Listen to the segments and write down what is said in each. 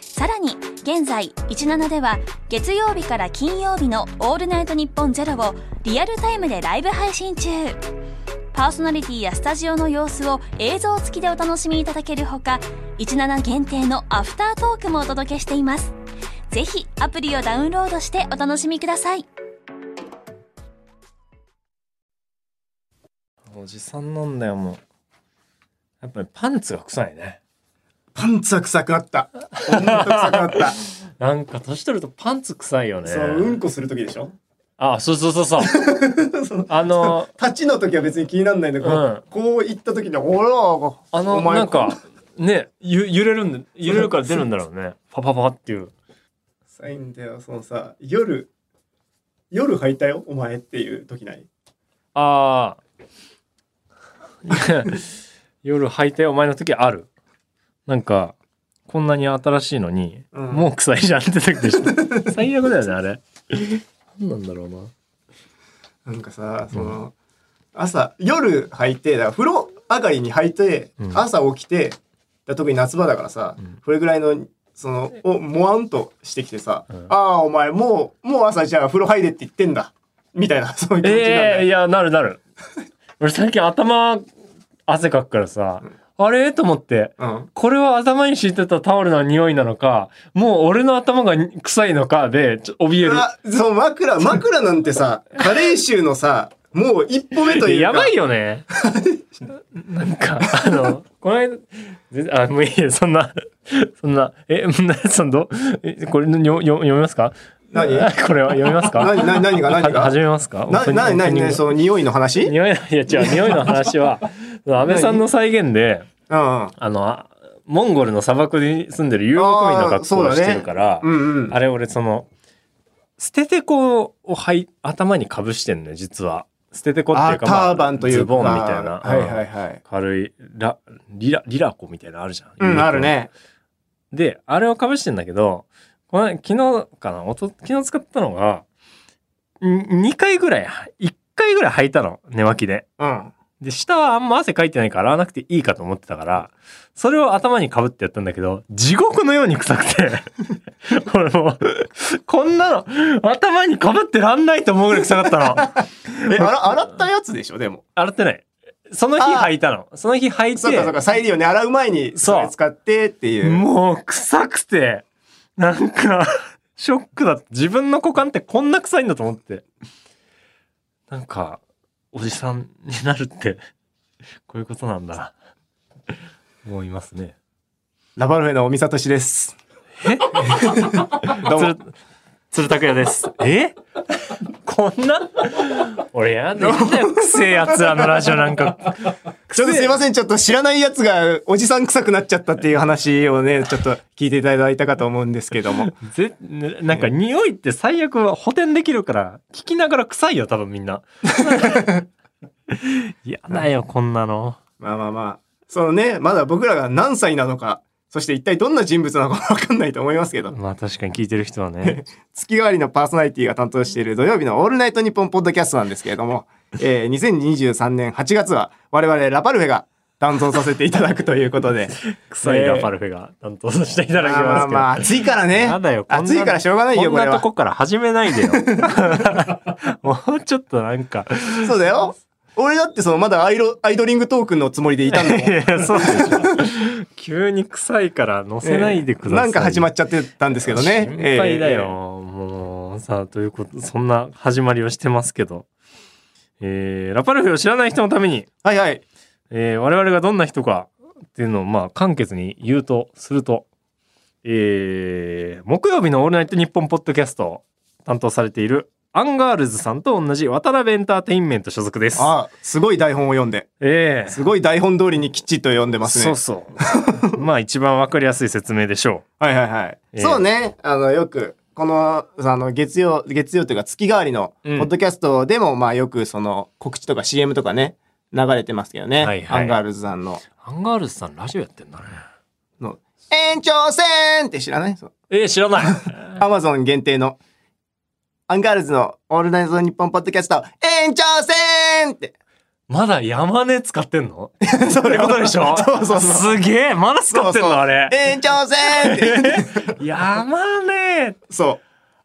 さらに現在17では月曜日から金曜日の「オールナイトニッポンゼロをリアルタイムでライブ配信中パーソナリティやスタジオの様子を映像付きでお楽しみいただけるほか17限定のアフタートークもお届けしていますぜひアプリをダウンロードしてお楽しみくださいおじさんなんだよもうやっぱりパンツが臭いねパンツは臭くなった。ほんと臭くな った。なんか年取るとパンツ臭いよねそう、うんこする時でしょあそうそうそうそうそ のあの立ちの時は別に気になんないんだけど、うんこう行った時に、おら、あのお前なんかねゆ揺れるんで揺れるから出るんだろうねパパパっていう臭いんだよ、そのさ、夜、夜履いたよ、お前っていう時ない。ああ 夜履いてお前の時あるなんかこんなに新しいのに、うんもう臭いじゃんって時でし ょ最悪だよねあれ何なんだろうななんかさ、その、朝、夜履いて、だから風呂上がりに履いて、うん朝起きて、だから特に夏場だからさ、うんこれぐらいの、その、をもわんとしてきてさ、んああ、お前、もう、もう朝じゃあ風呂入れって言ってんだ。みたいな、そういう気持ちなんえだよ。えいやなるな る俺最近頭汗かくからさ、あれと思ってうん。これは頭に敷いてたタオルの匂いなのかもう俺の頭が臭いのかでちょ怯えるあ、そう、枕、枕なんてさ、加齢臭のさ、もう一歩目といやうか。ばいよ ね。なんか、あの、この間、全然あ、もういいよ、そんな、そんな、え、なそのどえこれのよよ読みますか何 これは読みますか何、何、何が、何はが。始めますかな、な、な、な、その匂いの話うん匂いの、いや違う、匂いの話は、その安倍さんの再現で、うん。あの、あモンゴルの砂漠に住んでる遊牧民のあー格好そうだをねしてるから、うんうん。あれ俺その、捨ててこをはい頭にかぶしてんのよ、実は。捨ててこっていあうタか、まあーバンというか。ズボンみたいな。はいうんはいはい。軽いラリラリラコみたいなのあるじゃん。うん、ある。ね。であれをかぶしてんだけどこの昨日かなおと昨日使ったのが2回ぐらい1回ぐらい履いたの寝巻きで。うん。で下はあんま汗かいてないから洗わなくていいかと思ってたからそれを頭にかぶってやったんだけど地獄のように臭くて 俺もうこんなの頭にかぶってらんないと思うぐらい臭かった のえ、あら洗ったやつでしょ、でも。洗ってないその日履いたのその日履いてそうかそうか、再利用ね。洗う前にそうそれ使ってっていう。もう臭くて、なんか、ショックだった。自分の股間ってこんな臭いんだと思って。なんか、おじさんになるって、こういうことなんだ。思いますね。ラバルフェの尾身聡です。 どうも鶴、鶴拓也です。え こんな俺やだよ。くせえやつらのラジオなんか。ちょっとすいません、ちょっと知らないやつがおじさん臭くなっちゃったっていう話 をね、ちょっと聞いていただいたかと思うんですけども。ぜなんか匂いって最悪は補填できるから聞きながら臭いよ多分みん な嫌だよこんなのまあまあまあ。そのね、まだ僕らが何歳なのか、そして一体どんな人物なのかわかんないと思いますけど、まあ確かに聞いてる人はね月替わりのパーソナリティが担当している土曜日のオールナイトニッポンポッドキャストなんですけれ ども、えー、2023年8月は我々ラパルフェが担当させていただくということで、 臭いラパルフェが担当させていただきまあまますあけどまあ暑いからね。やだよこんな暑いからしょうがないこよ、こんれなとは。こから始めないで よもうちょっとなんかそうだよ。俺だってそのまだアイロアイドリングトークンのつもりでいたんだもん。いやいやそうでしょ急に臭いから乗せないでください、なんか始まっちゃってたんですけどね。心配だよ、もうさあということそんな始まりをしてますけど、えーラパルフェを知らない人のために、えー。はいはい。えー我々がどんな人かっていうのをまあ簡潔に言うとすると、えー木曜日の「オールナイトニッポン」ポッドキャストを担当されているアンガールズさんと同じ渡辺エンターテインメント所属です。ああ、すごい台本を読んで。えーすごい台本通りにきちっと読んでますね。そうそうまあ一番わかりやすい説明でしょはいはいはい。ええそうね。あの、よく、このあの月曜月曜というか月替わりのポうんッドキャストでも、まあよくその告知とか CM とかね流れてますけどね、はいはいアンガールズさんのアンガールズさんラジオやってんだね。の「延長戦!」って知らないそうえー、知 らない。アマゾン限定のアンガールズの「オールナイトニッポン」ポッドキャスト「延長戦!」ってまだ山根使ってんの そういうことでしょ そうそうそすげえまだ使ってんそうそうのあれ「延長戦!」って山根 そう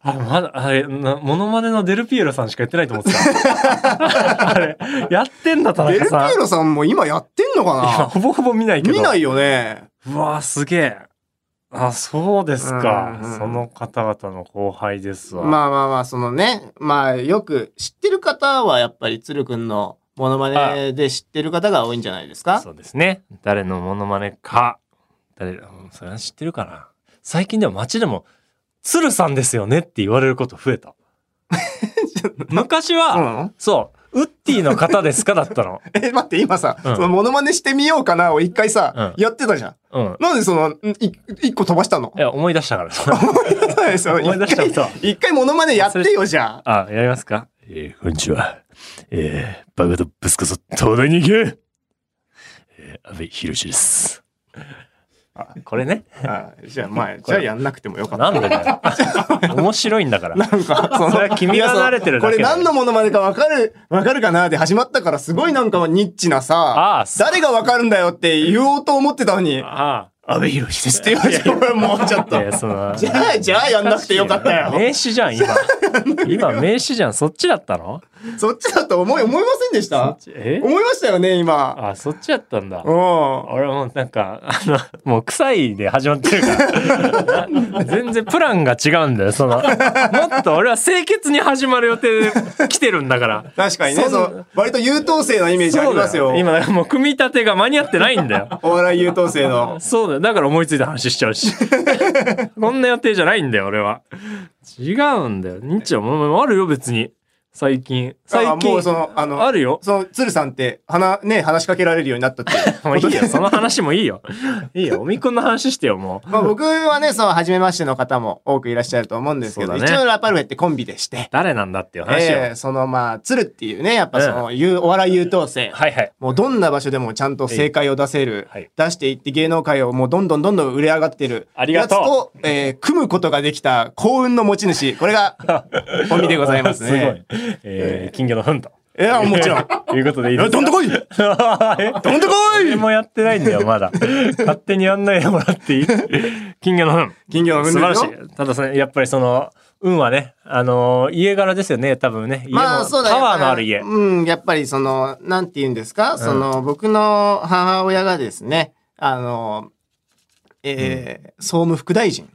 あ、まだ、あれ、な、モノマネのデルピエロさんしかやってないと思って た。あれ、やってんだ、田ベル中ピさん。エロさんも今やってんのか今、なほぼほぼ見ないけど。見ないよねうわすげえ。あ、そうですか。うんうんその方々の後輩ですわ。まあまあまあそのねまあよく知ってる方はやっぱり鶴くんのモノマネで知ってる方が多いんじゃないですかそうですね。誰のモノマネか。誰、うんそれは知ってるかな。最近でも街でも、鶴さんですよねって言われること増え た。昔は、そうなのそう、ウッディの方ですかだったの。 え待って今さ、うんそのモノマネしてみようかなを一回さ、うんやってたじゃんうん。なんでそのんい一個飛ばしたのいや、思い出したから。そ の思い出しちゃった一回一回モノマネやってよじゃあ、やりますかえー、こんにちは。えー、バカとぶつこそ東大に行けえー、安倍博士です。あ、これね。んあじゃあまあじゃあやんなくてもよかったなんでだよ。面白いんだから。なんかそそれは君がいやその慣れてるだこけれだよ何のモノマネかわかるわかるかなで始まったからすごいなんかニッチなさああ、す誰がわかるんだよって言おうと思ってたのにあ安倍博士ですって言われて、俺もうちょっあ。とい。や、その、じゃあ、じゃあやんなくてよかったよ。名詞じゃん、今。今、名詞じゃん。そっちだったのそっちだと思い、思いませんでしそたっちえ思いましたよね、今。あ、そっちやったんだう。ん。俺もうなんか、あの、もう臭いで始まってるか ら。な全然プランが違うんだよ、その。もっと俺は清潔に始まる予定で来てるんだから。 確かにね、そそんなう、割と優等生なイメージありますそうよだ。今、だからもう組み立てが間に合ってないんだよ。お笑い優等生の。そうだよ。だから思いついた話しちゃ うし。こんな予定じゃないんだよ、俺は。違うんだよ。日曜もあるよ、別に。最近。最あ近。もうその、あの、あるよ。その、鶴さんって、話、ね、話しかけられるようになったっていうもうこいといでよ、。その話もいいよ。いいよ、おみくんの話してよ、もう。まあ僕はね、その、初めましての方も多くいらっしゃると思うんですけど、そうだね一応ラパルフェってコンビでして、誰なんだっていう話よ。えーその、まあ、鶴っていうね、やっぱその、ゆお笑い優等生。はいはい。もうどんな場所でもちゃんと正解を出せる、えいはい出していって芸能界をもうどんどんどんどん売れ上がってるありがとうやつと、えー組むことができた幸運の持ち主こ れが本身でございますね。ごい。えー、金魚の糞と。いやもちろんと いうことでいいですえ どんでこいどどんでこいもやってないんだよ、まだ。勝手にやんないでもらってい い金魚の糞。金魚の素晴運ら命しい。ただそれ、やっぱりその、運はね、あのー家柄ですよね、多分ね。家も、まあそうだパやっぱワーのある家。うん、やっぱりその、なんて言うんですか、その、僕の母親がですね、あの、えー総務副大臣。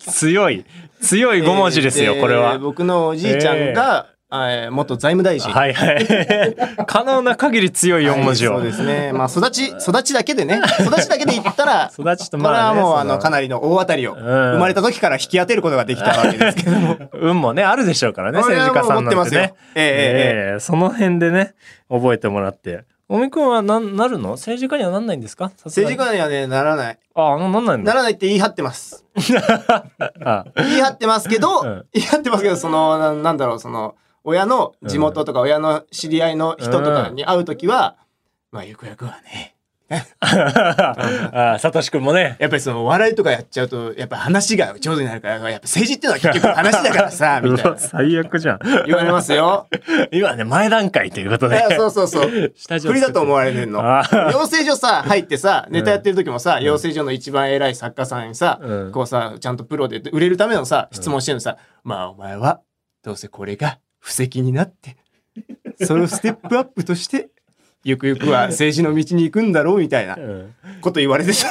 強い。強い5文字ですよ、えーこれは。僕のおじいちゃんが、えー元財務大臣。はいはい。 可能な限り強い4文字を。はいそうですね。まあ、育ち、育ちだけでね。育ちだけで言ったら、こ育ちとれまあ、はね、もう、あそのの、かなりの大当たりを、生まれた時から引き当てることができたわけですけ ども。運もね、あるでしょうからね、これは政治家さんもうな持んっててますねよ。えええその辺でね、覚えてもらって。おみくんはなんなるの政治家にはなんないんですか政治家家にはね、ならない。あ、あの、なんないんなだ。らないって言い張ってます。あ言い張ってますけど、うん言い張ってますけど、その、ななんだろう、その、親の地元とか、親の知り合いの人とかに会う時は、まあ、ゆくゆくはね、あ、 さとしくんもね。やっぱりその、笑いとかやっちゃうと、やっぱ話が上手になるから、やっぱ政治ってのは結局話だか らさ、 みたいうなわ。最悪じゃん。 言われますよ。今ね、前段階ということいでや。そうそうそう。下地を不利だと思われてん のあー。養成所さ、入ってさ、ネタやってる時もさ、養成所の一番偉い作家さんにさ、うんこうさ、ちゃんとプロで売れるためのさ、質問してるのさ、まあお前は、どうせこれが布石になって、それをステップアップと して、ゆくゆくは政治の道に行くんだろうみたいなうんこと言われ てさ、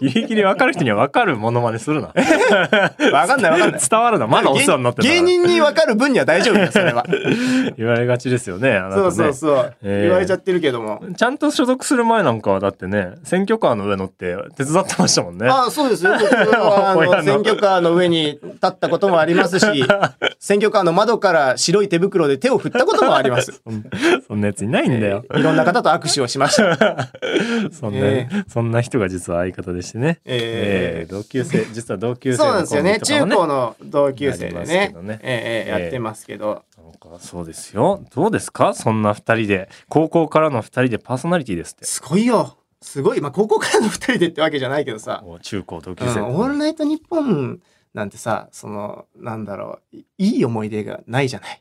ギリギリ分かる人には分かるものまねするな。 わかんないわかんない。伝わるな。まだお世話になってる芸人にわかる分には大丈夫だよ、そ れは。言われがちですよね。あなたそねうそうそう。えー言われちゃってるけども。ちゃんと所属する前なんかはだってね、選挙カーの上乗って手伝ってましたもんね。 あそうですよ。僕はあの親の 選挙カーの上に立ったこともありますし、選挙カーの窓から白い手袋で手を振ったこともあります。そんなやついないんだよ。いろんな方と握手をしました。そんな、えそんな人が実は相方でしてね。えええ同級生、実は同級生そうなんですよね。コンビとか中も高の同級生なでりますけねどね。ええええやってますけど。なんかそうですよ。どうですかそんな二人で。高校からの二人でパーソナリティですって。すごいよ。すごい。まあ、高校からの二人でってわけじゃないけどさ。お中高同級うん、オ生。ールナイトニッポンなんてさ、その、なんだろう、いいい思い出がないじゃない。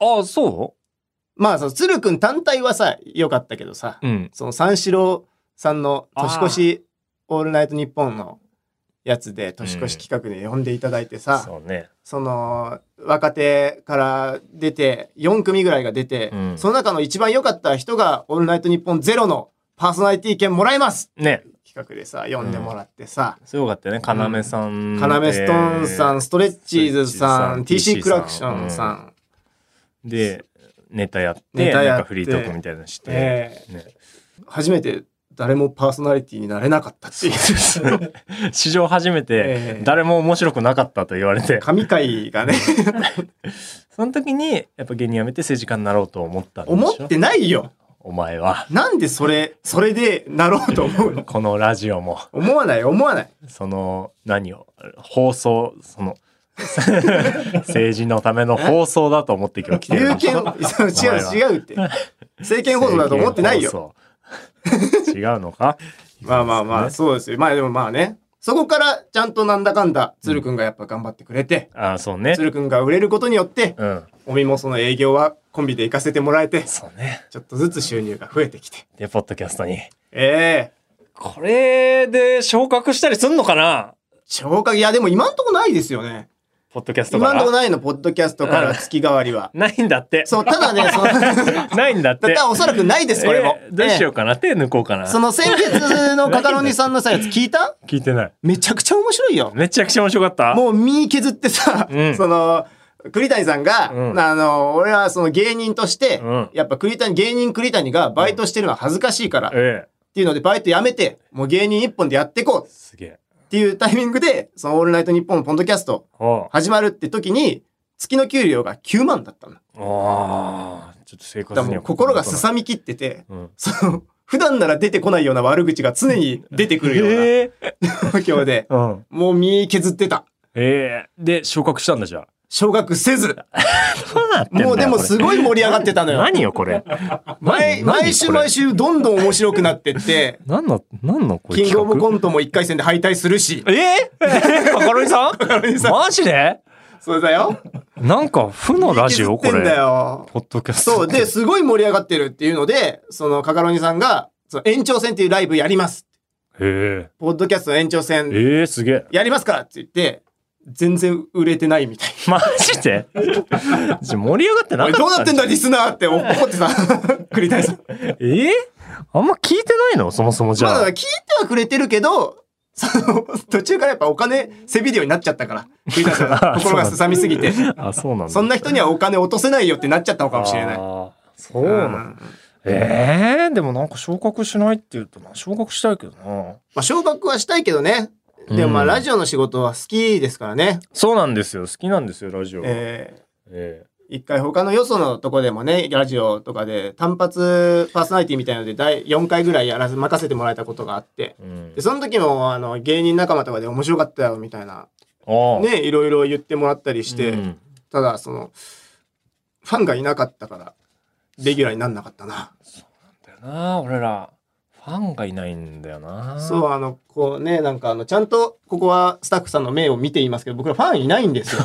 ああ、そまあ、その、鶴くん単体はさ、良かったけどさ、ううん。その三四郎さんの年越しオールナイトニッポンのやつで、年越し企画で呼んでいただいてさ、そうね。その若手から出て4組ぐらいが出て、うんその中の一番良かった人が「オールナイトニッポンゼロのパーソナリティ権もらえますね。企画でさ読んでもらってさ、すごかったよね。要さん。カナメストーンさん、ストレッチーズさんストレッチーズさん TC クラクションさん、えー。で、ネタやって、ネタやってなんかフリートークみたいなのして。えね、 初めて誰もパーソナリティになれなかったっていう史上初めえてえ誰も面白くなかったと言われて、神回がねその時にやっぱ芸人辞めて政治家になろうと思ったんでしょ思ってないよお前はなんでそれそれでなろうと思うのこのラジオも思わない思わないその何を放送その 政治のための放送だと思って今日来てる有でし 権ょそう違う違うって政権政報見道だと思ってないよよ違うのか まあまあまあ、そうですよ。まあでもまあね。そこからちゃんとなんだかんだ、鶴くんがやっぱ頑張ってくれて、ああそうね鶴くんが売れることによって、うんおみもその営業はコンビで行かせてもらえて、そうねちょっとずつ収入が増えてきて。でポッドキャストにええこれで昇格したりすんのかな超過、いやでも今んとこないですよね。ポッドキャストか今んらとこないの、ポッドキャストから月替わ りは。ないんだってそう、ただね、そ の、だないんだってだおそらくないです、これも。えーどうしようかな、手抜こうかえなえその先月のカカロニさんのさ、やつ聞いた聞いてないめちゃくちゃ面白いよ。めちゃくちゃ面白かったもう身削ってさ、うんその、栗谷さんが、うんあの、俺はその芸人として、うんやっぱ栗谷、芸人栗谷がバイトしてるのは恥ずかしいから、っええていうので、バイトやめて、もう芸人一本でやっていこうっすげえていうタイミングで、そのオールナイトニッポンのポンドキャストおう始まるって時に、月の給料が9万だったの。だあーちょっと生から活にもうは心がすんさみきってて、うんその、普段なら出てこないような悪口が常に出てくるよええうな状況で、うんもう身削ってた。ええで昇格したんだじゃあ昇格せず。どうなってんだよもうでもすこごい盛り上がってたのれよ。何よこれ毎毎週毎週週どんどん面白くなってって、何の何のこれキングオブコンントも1回戦で敗退するし。え ー、カカロニさんカロニさんマジでそうだよ。なんか負のラジオこ削ってんだれよ。ポッドキャストそう。で、すごい盛り上がってるっていうので、そのカカロニさんが、その延長戦っていうライブやります。えポッドキャストの延長え戦ええすげえやりますからって言って、全然売れてないみたい。マジ でじゃあ盛り上がってなおかいったどう なってんだリじスナーって怒ってた。 栗谷さん。ゃんえー、あんま聞いてないのそもそもじまあゃだあから聞いてはくれてるけど、その、途中からやっぱお金せびるようになっちゃったから。栗谷さ んが心がすさみすぎて。あそうなんだそんな人にはお金落とせないよってなっちゃったのかもしれない。あーそうなんだえー、でもなんか昇格しないって言うとな昇格したいけどなまあ、昇格はしたいけどね。でもまあ、うんラジオの仕事は好きですからね。そうなんですよ好きなんですよラジオえええー一回他のよそのとこでもね、ラジオとかで単発パーソナリティみたいので第4回ぐらいやらず任せてもらえたことがあって。うんで、その時もあの芸人仲間とかで面白かったよみたいな、ああね、いろいろ言ってもらったりして、うんただその、ファンがいなかったから、レギュラーになんなかったな。だよな俺らファンがいないんだよなそう、あの、こうね、なんかあの、ちゃんと、ここはスタッフさんの目を見ていますけど、僕らファンいないんで すよ。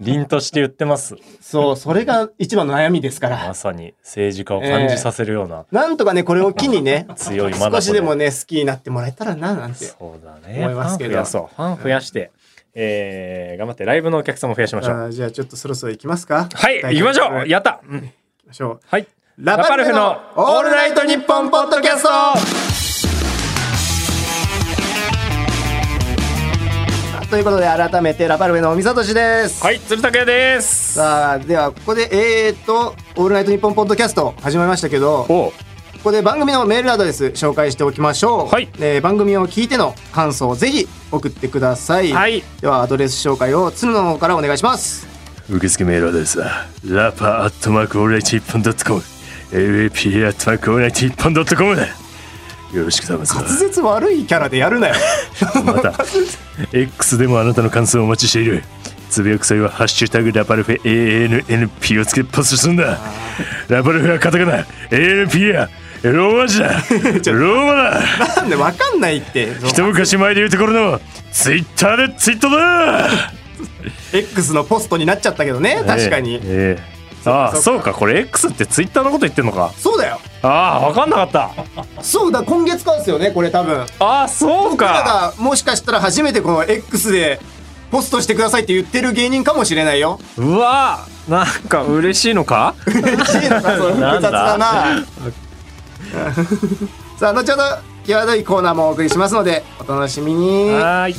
凛として言ってますそう、それが一番の悩みですからま。さに政治家を感じさせるような、なんとかね、これを機にね、 強い眼少しでもねね、好きになってもらえたらな、なんて。そうだね思いますけどファン増やそうファン増やして、えー、頑張ってライブのお客さんも増やしましょうあーじゃあ、ちょっとそろそろ行きますか。はい行きましょうややった、うんきましょう。はいラパルフのオールナイトニッポンポッドキ ャストということで、改めて、ラパルフェの尾身聡です。はい鶴竹ですさあ、では、ここで、えーっと、オールナイトニッポンポッドキャスト始まりましたけど、おここで番組のメールアドレス紹介しておきましょう、はいえー番組を聞いての感想をぜひ送ってください、はいではアドレス紹介を鶴の方からお願いします受付メールアドレスはラパーアットマークオールナイトニッポンドットコム LAPA アットマークオールナイトニッポンドットコムだよろしく頼むぞ滑舌悪いキャラでや るなよまた X でもあなたの感想をお待ちしているつぶやく際は「ハッシュタグラパルフェ ANNP」をつけてポストするんだラパルフェはカタカナ ANP やローマ字だロ ーマだなんでわかんないって一昔前で言うところのツイッターでツイートだ X のポストになっちゃったけどね 確かに、ええええああそそううかこれ X ってツイッターのこと言ってんのかそうだよああ分かんなかったそうだ今月からですよねこれ多分ああそう僕らかがもしかしたら初めてこの X でポストしてくださいって言ってる芸人かもしれないようわーなんか嬉しいのか 嬉しいのかそれ複雑 だなさあ後ほど際どいコーナーもお送りしますのでお楽しみにはーい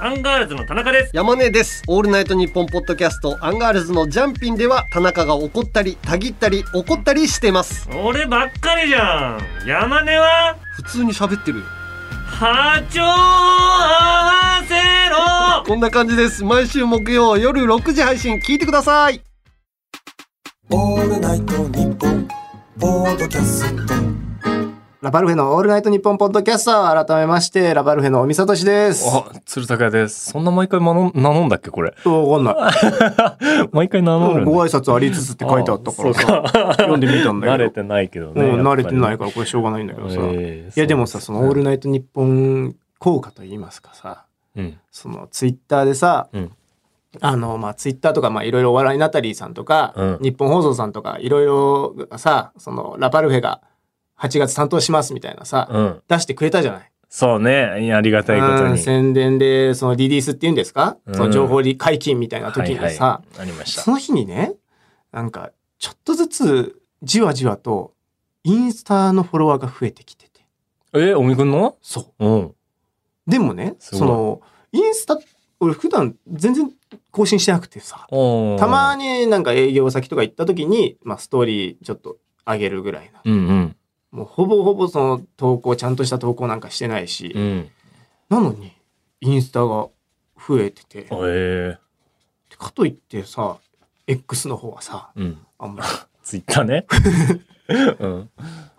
アンガールズの田中です。山根です。オールナイトニッポンポッドキャストアンガールズのジャンピンでは田中が怒ったり、たぎったり、怒ったりしてます。俺ばっかりじゃん。山根は普通に喋ってるよ。波長を合わこんな感じです。毎週木曜夜6時配信聞いてください。ラバルフェのオールナイトニッポンポッドキャスター改めましてラバルフェの尾身聡ですあ鶴高屋ですそんな毎回まの名乗んだっけこれわか んない毎回名乗るんだご挨拶ありつつって書いてあったからさ読んでみたんだ慣けどれてないけどねうん慣れてないかからこれしょうがないんだけどさ、ええいやでもさその「オールナイトニッポン」効果といいますかさうんそのツイッターでさ、うんあのまあツイッターとかまあいろいろお笑いナタリーさんとか、うん日本放送さんとかいろいろさそのラパルフェが8月担当しますみたいなさ、うん出してくれたじゃない。そうねいやありがたいことうんに宣伝でそのリリースっていうんですか、うんその情報り解禁みたいな時にさ、はいはい、ありましたその日にねなんかちょっとずつじわじわとインスタのフォロワーが増えてきててえおみくんのそううんでもねすごいそのインスタ俺普段全然更新してなくてさおーたまになんか営業先とか行った時に、まあ、ストーリーちょっと上げるぐらいなうんうんもうほぼほぼその投稿ちゃんとした投稿なんかしてないし、うんなのにインスタが増えててえー、かといってさ X の方はさうんあんまツイッター ねうん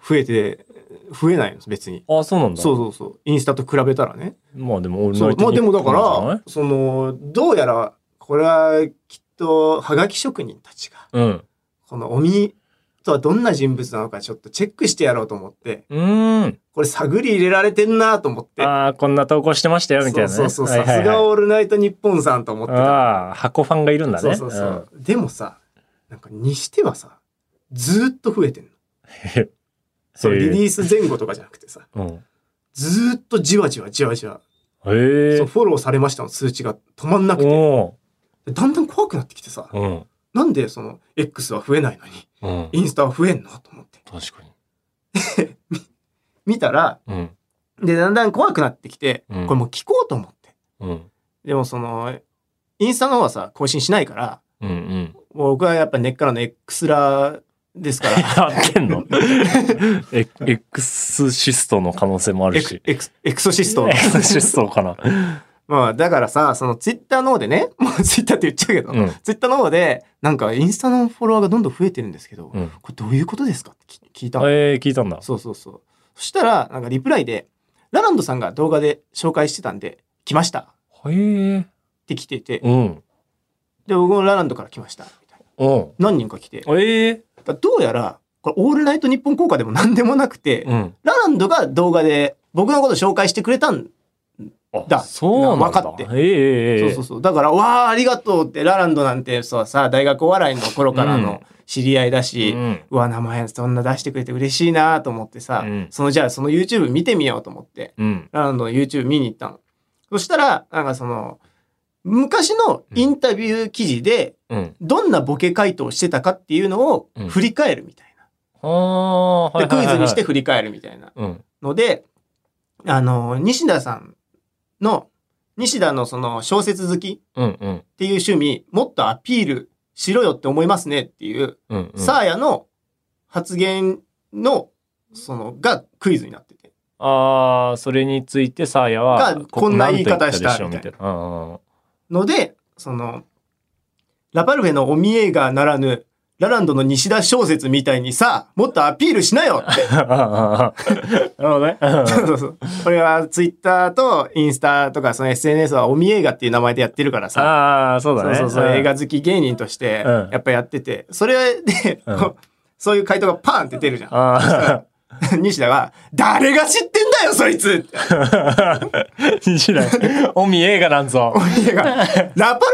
増えて増えないの別にあそうなんだそうそうそうインスタと比べたらねまあでも俺そうのまあでもだからそのどうやらこれはきっとはがき職人たちがうんこのおみとはどんな人物なのかちょっとチェックしてやろうと思ってうーんこれ探り入れられてんなと思ってああこんな投稿してましたよみたいな、ね、そうそうそうはいさはいすはいが「オールナイトニッポン」さんと思ってたああ箱ファンがいるんだねそうそうそう、でもさなんかにしてはさずーっと増えてんのへへそのへえリリース前後とかじゃなくてさうん、ずーっとじわじわじわじわ、うん、へそえうフォローされましたの通知が止まんなくておだんだん怖くなってきてさーうんなんでその X は増えないのにうんインスタは増えんのと思って確かに見たらうんで、だんだん怖くなってきて、うんこれもう聞こうと思って。うんでもその、インスタの方はさ、更新しないから、うんうんもう僕はやっぱ根っからの X ラですから、や ってんのエエクスシストの可能性もあるエクしエクエクソシストエ。クスシスト かなまあだからさ、そのツイッターの方でね、 もうツイッターって言っちゃうけど、うんツイッターの方で、なんかインスタのフォロワーがどんどん増えてるんですけど、うんこれどういうことですかって聞聞いたの、えー、聞いたんだそうそうそう。そしたら、なんかリプライで、ラランドさんが動画で紹介してたんで、来ましたっへえて来てて、うんで、僕もラランドから来ました。みたいなうん何人か来て、ええだからどうやら、これ、オールナイト日本効果でも何でもなくて、うんラランドが動画で僕のこと紹介してくれたん、あだそうなんだ分かってええええええそうそうそう。だから、わあ、ありがとうって、ラランドなんてそうさ、大学お笑いの頃からの知り合いだし、ううんわ、名前そんな出してくれて嬉しいなと思ってさ、うんそのじゃあその YouTube 見てみようと思って、うんラランドの YouTube 見に行ったの。そしたら、なんかその、昔のインタビュー記事で、うんどんなボケ回答をしてたかっていうのをうん振り返るみたいああはな。いはいで、クはイいズはいにして振り返るみたいな。うんので、あの、西田さんの、西田のその小説好きっうんうんていう趣味、もっとアピールしろよって思いますねっていう、うんうんサーヤの発言の、その、がクイズになってて。ああ、それについてサーヤはがこんな言い方しこたんなんと言ったでしょみたいな。うんうんので、その、ラパルフェのお見映画ならぬ、ラランドの西田小説みたいにさ、もっとアピールしなよって。あー なるほどね。そうそうそう。これはツイッターとインスタとかその SNS はお見映画っていう名前でやってるからさ。ああ、そうだね。そうそうそう、ん映画好き芸人としてうんやっぱやってて、それで、うんこう そういう回答がパーンって出るじゃん。あ西田が、誰が知ってんだよ、そいつってあ、西 田。おみ映画なんぞお。見えが、ラパルフ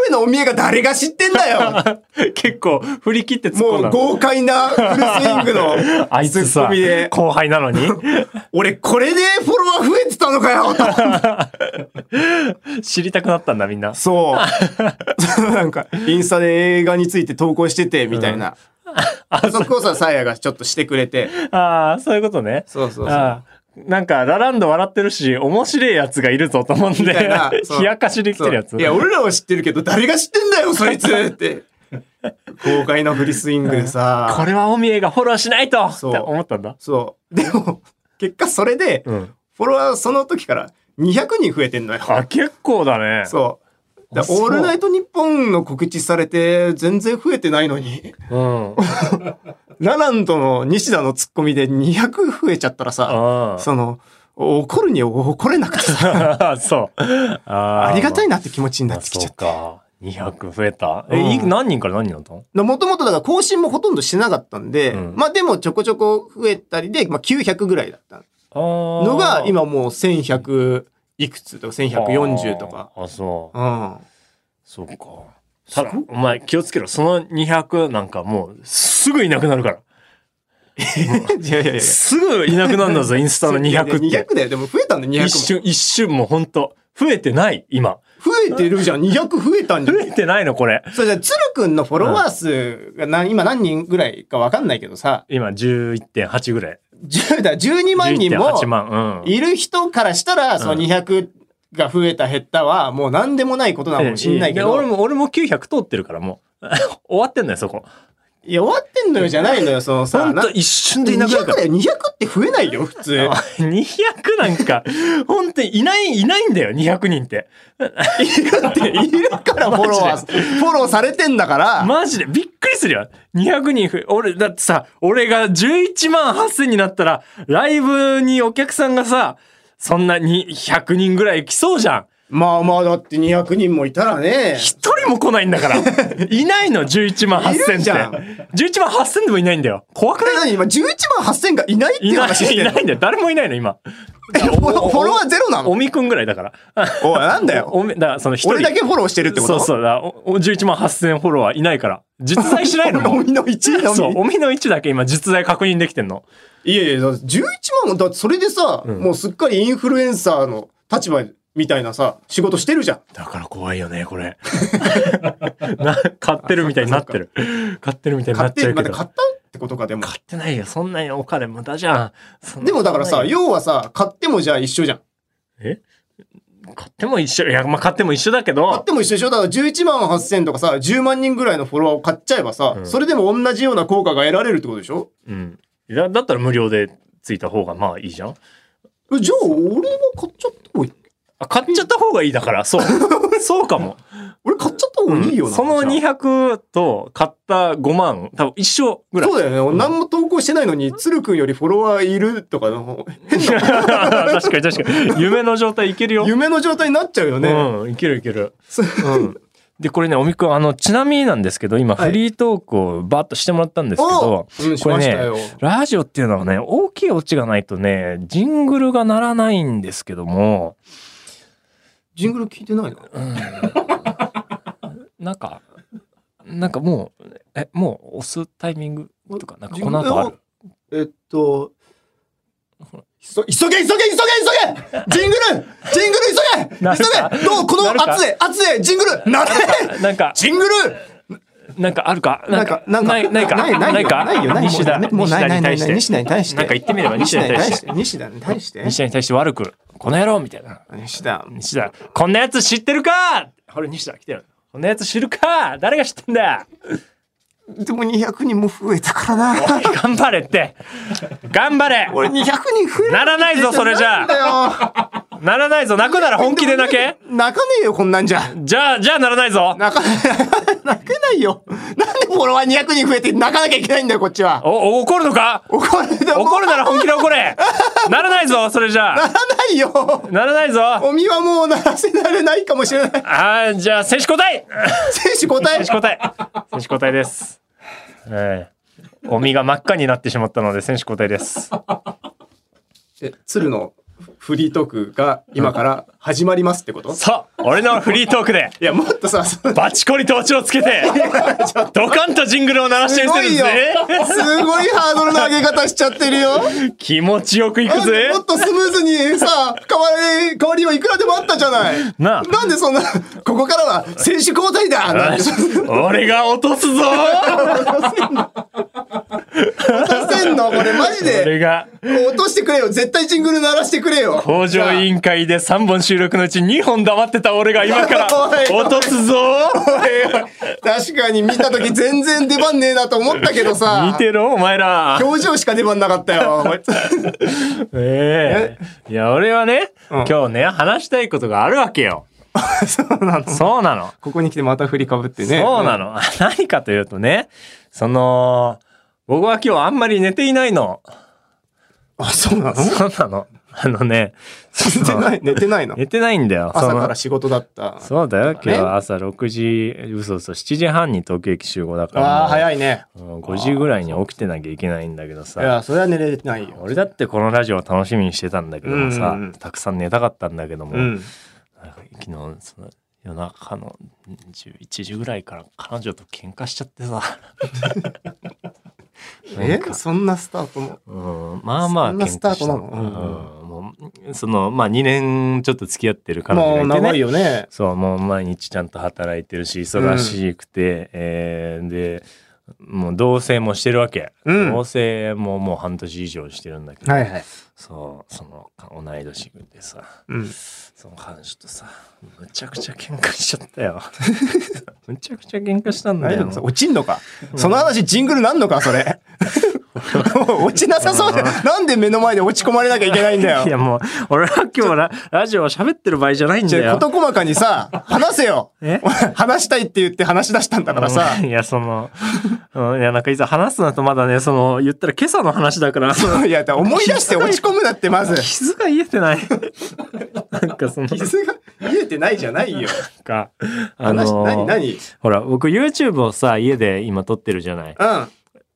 ェのお見えが誰が知ってん だよ 結構振り切って突っ込んもだの。う豪快なフルスイングの あいつツッさコミで、後輩なのに、 俺これでフォロワー増えてたのかよと知りたくなったんだみんな。そう。そう なんか、インスタで映画について投稿してて、みたいな。そこをさ、サーヤがちょっとしてくれて。ああ、そういうことね。そうそうそう。ああなんか、ラランド笑ってるし、面白いやつがいるぞと思うんでみたいな、そう冷やかしできてるやつ。そういや、俺らは知ってるけど、誰が知ってんだよ、そいつって。 豪快なフリスイングでさ。これはオミエがフォローしないとってそう思ったんだ。そう。でも、結果それで、んフォロワーその時から200人増えてんのよ。あ、結構だね。そう。だあそうオールナイトニッポンの告知されて、全然増えてないのに、うん。うん。ラランドの西田のツッコミで200増えちゃったらさ、その、怒るに怒れなくてさ、そう。 あありがたいいなって気持ちになってきちゃって。そうか。200増えた。え、うんい何人から何人だったのもともとだから更新もほとんどしてなかったんで、うんまあでもちょこちょこ増えたりで、まあ900ぐらいだったののが、今もう1100いくつとか1140とか。。あーあ、そう。うん。そうか。ただ、お前気をつけろ。その200なんかもうすぐいなくなるから。 いやいやいや。すぐいなくなるんだ ぞ、インスタの200って。 200だよ。でも増えたんだよ、200も。一瞬、一瞬もうほんと。増えてない、今。増えてるじゃん。200増えたんじゃ増ん。えてないの、これ。それじゃ、鶴くんのフォロワー数がな、今何人ぐらいかわかんないけどさ、今、11.8ぐらい。 10だ、12万人も11.8万。うん。いる人からしたら、その200が増えた減ったは、もう何でもないことなのかもしんないけやど、俺も、俺も900通ってるから、もう。 終わってんのよ、そこ。いや、終わってんのよじゃないのよ、そのほさ、んなと一瞬でいなくなる200からだ。よ、200って増えないよ、普通。 200なんか、ほんといない、いないんだよ、200人って。いるからフォロワー、フォローされてんだから、マジで、びっくりするよ。200人増え、俺、だってさ、俺が11万8000になったら、ライブにお客さんがさ、そんなに100人ぐらい来そうじゃん。まあまあ、だって200人もいたらね、一人も来ないんだから。いないの、11万8000って。いるじゃん11万8000でもいないんだよ。怖くないえ何今11万8000がいないっていいうない、話していんのないんだよ。誰もいないの、今。フォロフォロワーゼロなのおみくんぐらいだから。おい、なんだよ。おみ、だからその一人。俺だけフォローしてるってこそとうそうだ。おお11万8000フォロワーいないから。実在しないのも おうみの1位のみ。そう、おみの位置だけ今実在確認できてんの。いやいや、だって11万も、だってそれでさ、もうすっかりインフルエンサーの立場みたいなさ、仕事してるじゃん。だから怖いよね、これ。 な、買ってるみたいになってる。買ってるみたいにな買っっちて、ゃうけまたど。買買ったってことか、でも。ってないよ。そんなにお金無駄じゃん。そんなでもだからそさ、んな要はさ、買ってもじゃあ一緒じゃん。買っても一緒。いや、まあ、買っても一緒だけ買っど。ても一緒でしょだから11万8000とかさ、10万人ぐらいのフォロワーを買っちゃえばさ、それでも同じような効果が得られるってことでしょうん。だだったら無料でついた方がまあいいじゃん。えじゃあ、俺は買っちゃった方がいい。あ、買っちゃった方がいいだから、そう。 そうかも。俺買っちゃった方がいいよな。そのじゃあ200と買った5万、多分一緒ぐらいそうだよね。俺何も投稿してないのに、鶴くんよりフォロワーいるとかの、 確かに確かに。夢の状態いけるよ。夢の状態になっちゃうよね。うん、いけるいける。そ うん。で、これね、おみくん、あの、ちなみになんですけど、今、はいフリートークをバーッとしてもらったんですけおど、うん、しましたよ。ラジオっていうのはね、大きいオチがないとね、ジングルが鳴らないんですけども、ジングル聞いてないのなんか、なんかもう、え、もう押すタイミングとか、なんかジンこグのル後ある。えっと、急げ急げ急げ急げ急げジングルジングル急なげるか急げどうこなるのか熱で熱でジングルなれなんか、ジングルなんかあるかなんか、なんか、ないないかない、ないかないよ、ないよ西田、もうない、ない、ない、西田に対西して田に対して。なんか言ってみれば西田に対して。西田に対して。西西田に対して悪く、この野郎みたいな。田に対して。西田。西田、こんなやつ知ってるかほら、西田、来てる。こんなやつ知るか誰が知ってんだでも200人も増えたから な。頑張れって頑張れ俺200人増えならないぞそれじなんだゃあよ。ならないぞ泣くなら本気で泣け泣かねえよ、こんなんじゃ。じゃあじゃあならないぞ泣か、 泣けないよ。なんでフォロワー200人増えて泣かなきゃいけないんだよ、こっちは。お怒るのか怒るで怒るなら本気で怒れならないぞそれじゃなあらないよ。ならないぞあおみはもうならせられないかもしれない。あーじゃあ選手交代選手交選代手交代選手交代ですええゴミが真っ赤になってしまったので選手交代ですえ鶴のフリートークが今から始まりますってこといさあ俺のフリートークでやもっとさそバチコリとオチをつけてドカンとジングルを鳴らしてみすごせるいよぜすごいハードルの上げ方しちゃってるよ気持ちよくいくぜもっとスムーズにさ変わり変わりはいくらでもあったじゃないなあなんでそんなここからは選手交代だなんて俺が落とすぞ落とせんのこれマジ俺でが落としてくれよ絶対ジングル鳴らしてくれよ工場委員会で3本収録のうち2本黙ってた俺が今から落とすぞ確かに見た時全然出番ねえなと思ったけどさ見てろお前ら表情しか出番なかっ たよこいつええいや俺はね、うん今日ね話したいことがあるわけよ そうなのそうなの、ここに来てまた振りかぶってね。そうなの 何かというとねその僕は今日あんまり寝ていないのあ、そうなのそうなのあのね寝てない、寝てないの寝てないんだよ朝そのから仕事だった。そうだよ今日ねは朝6時嘘嘘7時半に東京駅集合だからあもあ、う早いね。うん5時ぐらいに起きてなきゃいけないんだけどいさや、それは寝れてないよ。俺だってこのラジオを楽しみにしてたんだけどもさ、うんうんうんたくさん寝たかったんだけども、うん。昨日その夜中の11時ぐらいから彼女と喧嘩しちゃってさえそんなスタートも。うんまあまあそんな喧スタ嘩ーしトたうなのんもうそのまあ2年ちょっと付き合ってる彼もう女がいて長いねよね。そうもう毎日ちゃんと働いてるし忙しくて、えーでもう同棲もしてるわけ、うん同棲ももう半年以上してるんだけど、はいはい。そうその同い年でさうん。その彼女とさむちゃくちゃ喧嘩しちゃったよ むちゃくちゃ喧嘩したんだ大丈よ夫さ落ちんのかその話ジングルなんのか それ。落ちなさそうじゃん。なんで目の前で落ち込まれなきゃいけないんだいやよ。もう俺は今日ララジオを喋ってる場合じゃないんじだゃあよ事細かにさ、話せよえ。話したいって言って話し出したんだからさ。うんいやその、うん、いやなんかいざ話すなとまだねその言ったら今朝の話だからいや、だから思い出して落ち込むなって、ま ず。傷が癒えてないなんかその傷が癒えてないじゃないよ。かあ話、の何、何ほら僕 YouTube をさ家で今撮ってるじゃない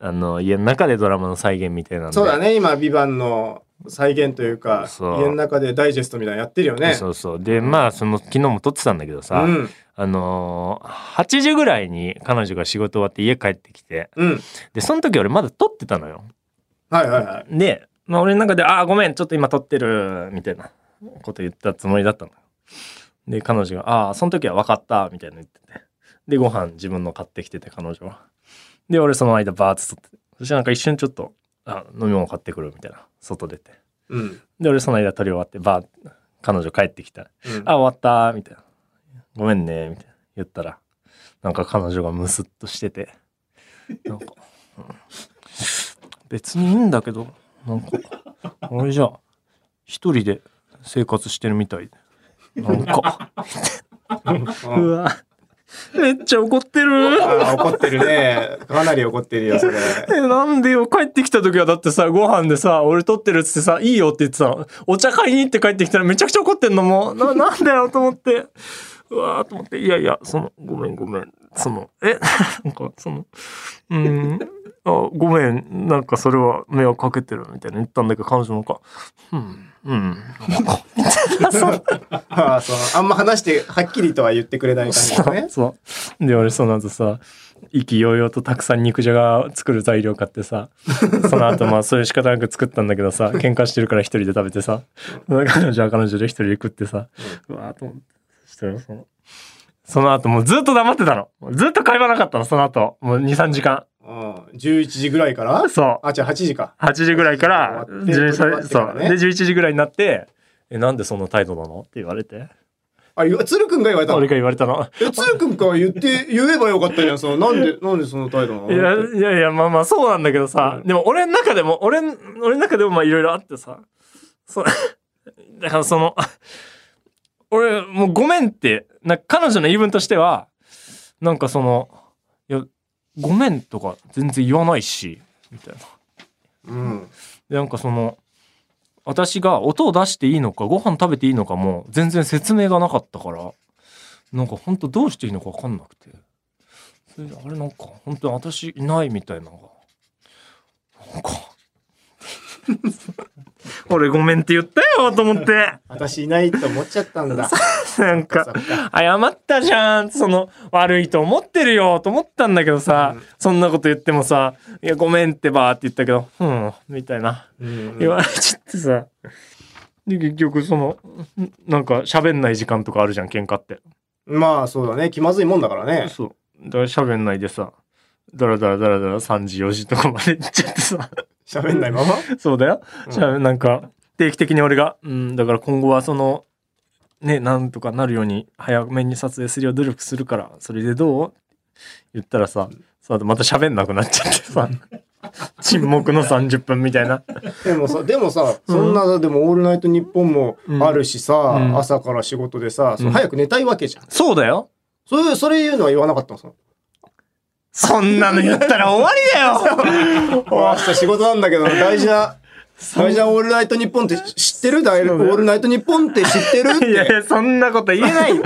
あの家の中でドラマの再現みたいなんうん。でそうだね、今、ビバンの再現というか、家そうの中でダイジェストみたいなのやってるよね。そうそうでまあその昨日も撮ってたんだけどうさ、ん。あのー8時ぐらいに彼女が仕事終わって家帰ってきてうん。でその時俺まだ撮ってたのよはいはいはい。で、まあ、俺の中で「あーごめんちょっと今撮ってる」みたいなこと言ったつもりだったのよで彼女が「ああその時は分かった」みたいなの言っててでご飯自分の買ってきてて彼女はで俺その間バーッと撮っててそしてなんか一瞬ちょっと「あ飲み物買ってくる」みたいな外出てうん。で俺その間撮り終わってバーッ彼女帰ってきたうんあ、終わった、みたいな。ごめんね、みたいな。言ったら、なんか彼女がムスッとしてて、なんか、うん別にいいんだけど、なんか、俺じゃあ、一人で生活してるみたいで。なん か、うわ、めっちゃ怒ってる。あ怒ってるね。かなり怒ってるよ、それ。 えなんでよ帰ってきた時はだってさご飯でさ俺取ってるっつってさいいよって言ってたのお茶買いに行って帰ってきたらめちゃくちゃ怒ってんのもうななんだよと思ってうわーと思っていやいやそのごめんごめんそのえ なんかそのうーんあごめんなんかそれは迷惑かけてるみたいな言ったんだけど彼女もなんかうんうん ああ、そう。あんま話して、はっきりとは言ってくれない感じだね。そう。で、俺その後さ、意気揚々とたくさん肉じゃが作る材料買って さ、その後まあそういう仕方なく作ったんだけどさ、喧嘩してるから一人で食べてさ、彼女は彼女で一人で食ってさ、うわーと思って、そしたらその、その後もうずっと黙ってたの。ずっと会話なかったの、その後。もう2、3時間。うん。11時ぐらいからそう。あ、じゃあ8時か。 8時ぐらいから、終わって13終わってからねそう。で、11時ぐらいになって、え、なんでそんな態度なのって言われて。あれ、鶴くんが言われたの俺が言われたの。え鶴くんから言って、言えばよかったじゃん。その、なんで、なんでその態度なのいや、いやいや、まあまあ、そうなんだけどさ、でも俺の中でも、俺ん、俺の中でもまあいろいろあってさ、そう、 だからその、俺、もうごめんって、なんか彼女の言い分としては、なんかその、いや、ごめんとか全然言わないし、みたいな。うん。でなんかその、私が音を出していいのか、ご飯食べていいのかも、全然説明がなかったから、なんかほんとどうしていいのかわかんなくて。それであれなんか、本当に私いないみたいなのが。なんか。俺ごめんって言ったよと思って。私いないと思っちゃったん だ。なんそかっ、か謝ったじゃんその、悪いと思ってるよと思ったんだけどさ、そんなこと言ってもさ、いやごめんってばーって言ったけど、うん、みたいな。うん言われちゃってさ。で、結局その、んなんか喋んない時間とかあるじゃん、喧嘩って。まあ、そうだね。気まずいもんだからね。そう。だから喋んないでさ、だらだらだらだら3時、4時とかまで行っちゃってさ。喋んないまま。そうだよ。じゃあなんか、定期的に俺が、うん、だから今後はその、ね、なんとかなるように早めに撮影するよう努力するから、それでどう言ったらさ、さまた喋んなくなっちゃって さ、沈黙の30分みたいな。 でもさ、でもさ、そんな、でも、オールナイトニッポンもあるしんさ、朝から仕事でさ、その早く寝たいわけじゃん。そうだよ。それ、それ言うのは言わなかったのそのそんなの言ったら終わりだよ明日仕事なんだけど、大事 な、大事なオールナイトニッポンって知ってる大オールナイトニッポンって知ってるっ いやいて。や、そんなこと言え ないよ。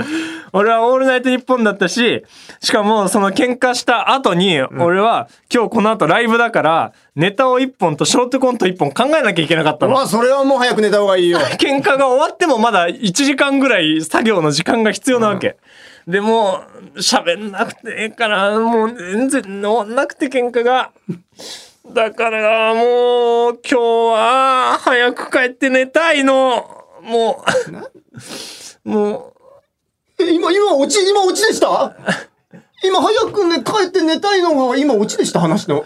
俺はオールナイトニッポンだったし、しかもその喧嘩した後に、俺は今日この後ライブだから、ネタを一本とショートコント一本考えなきゃいけなかったまの。あ、それはもう早く寝た方がいいよ。喧嘩が終わってもまだ1時間ぐらい作業の時間が必要なわけ。でも、喋んなくてええから、もう全然終わんなくて喧嘩が。だからもう今日は早く帰って寝たいの。もう、もう、え今、今、落ち、今、落ちで した今、早くね、帰って寝たいのが、今、落ちでした、話の。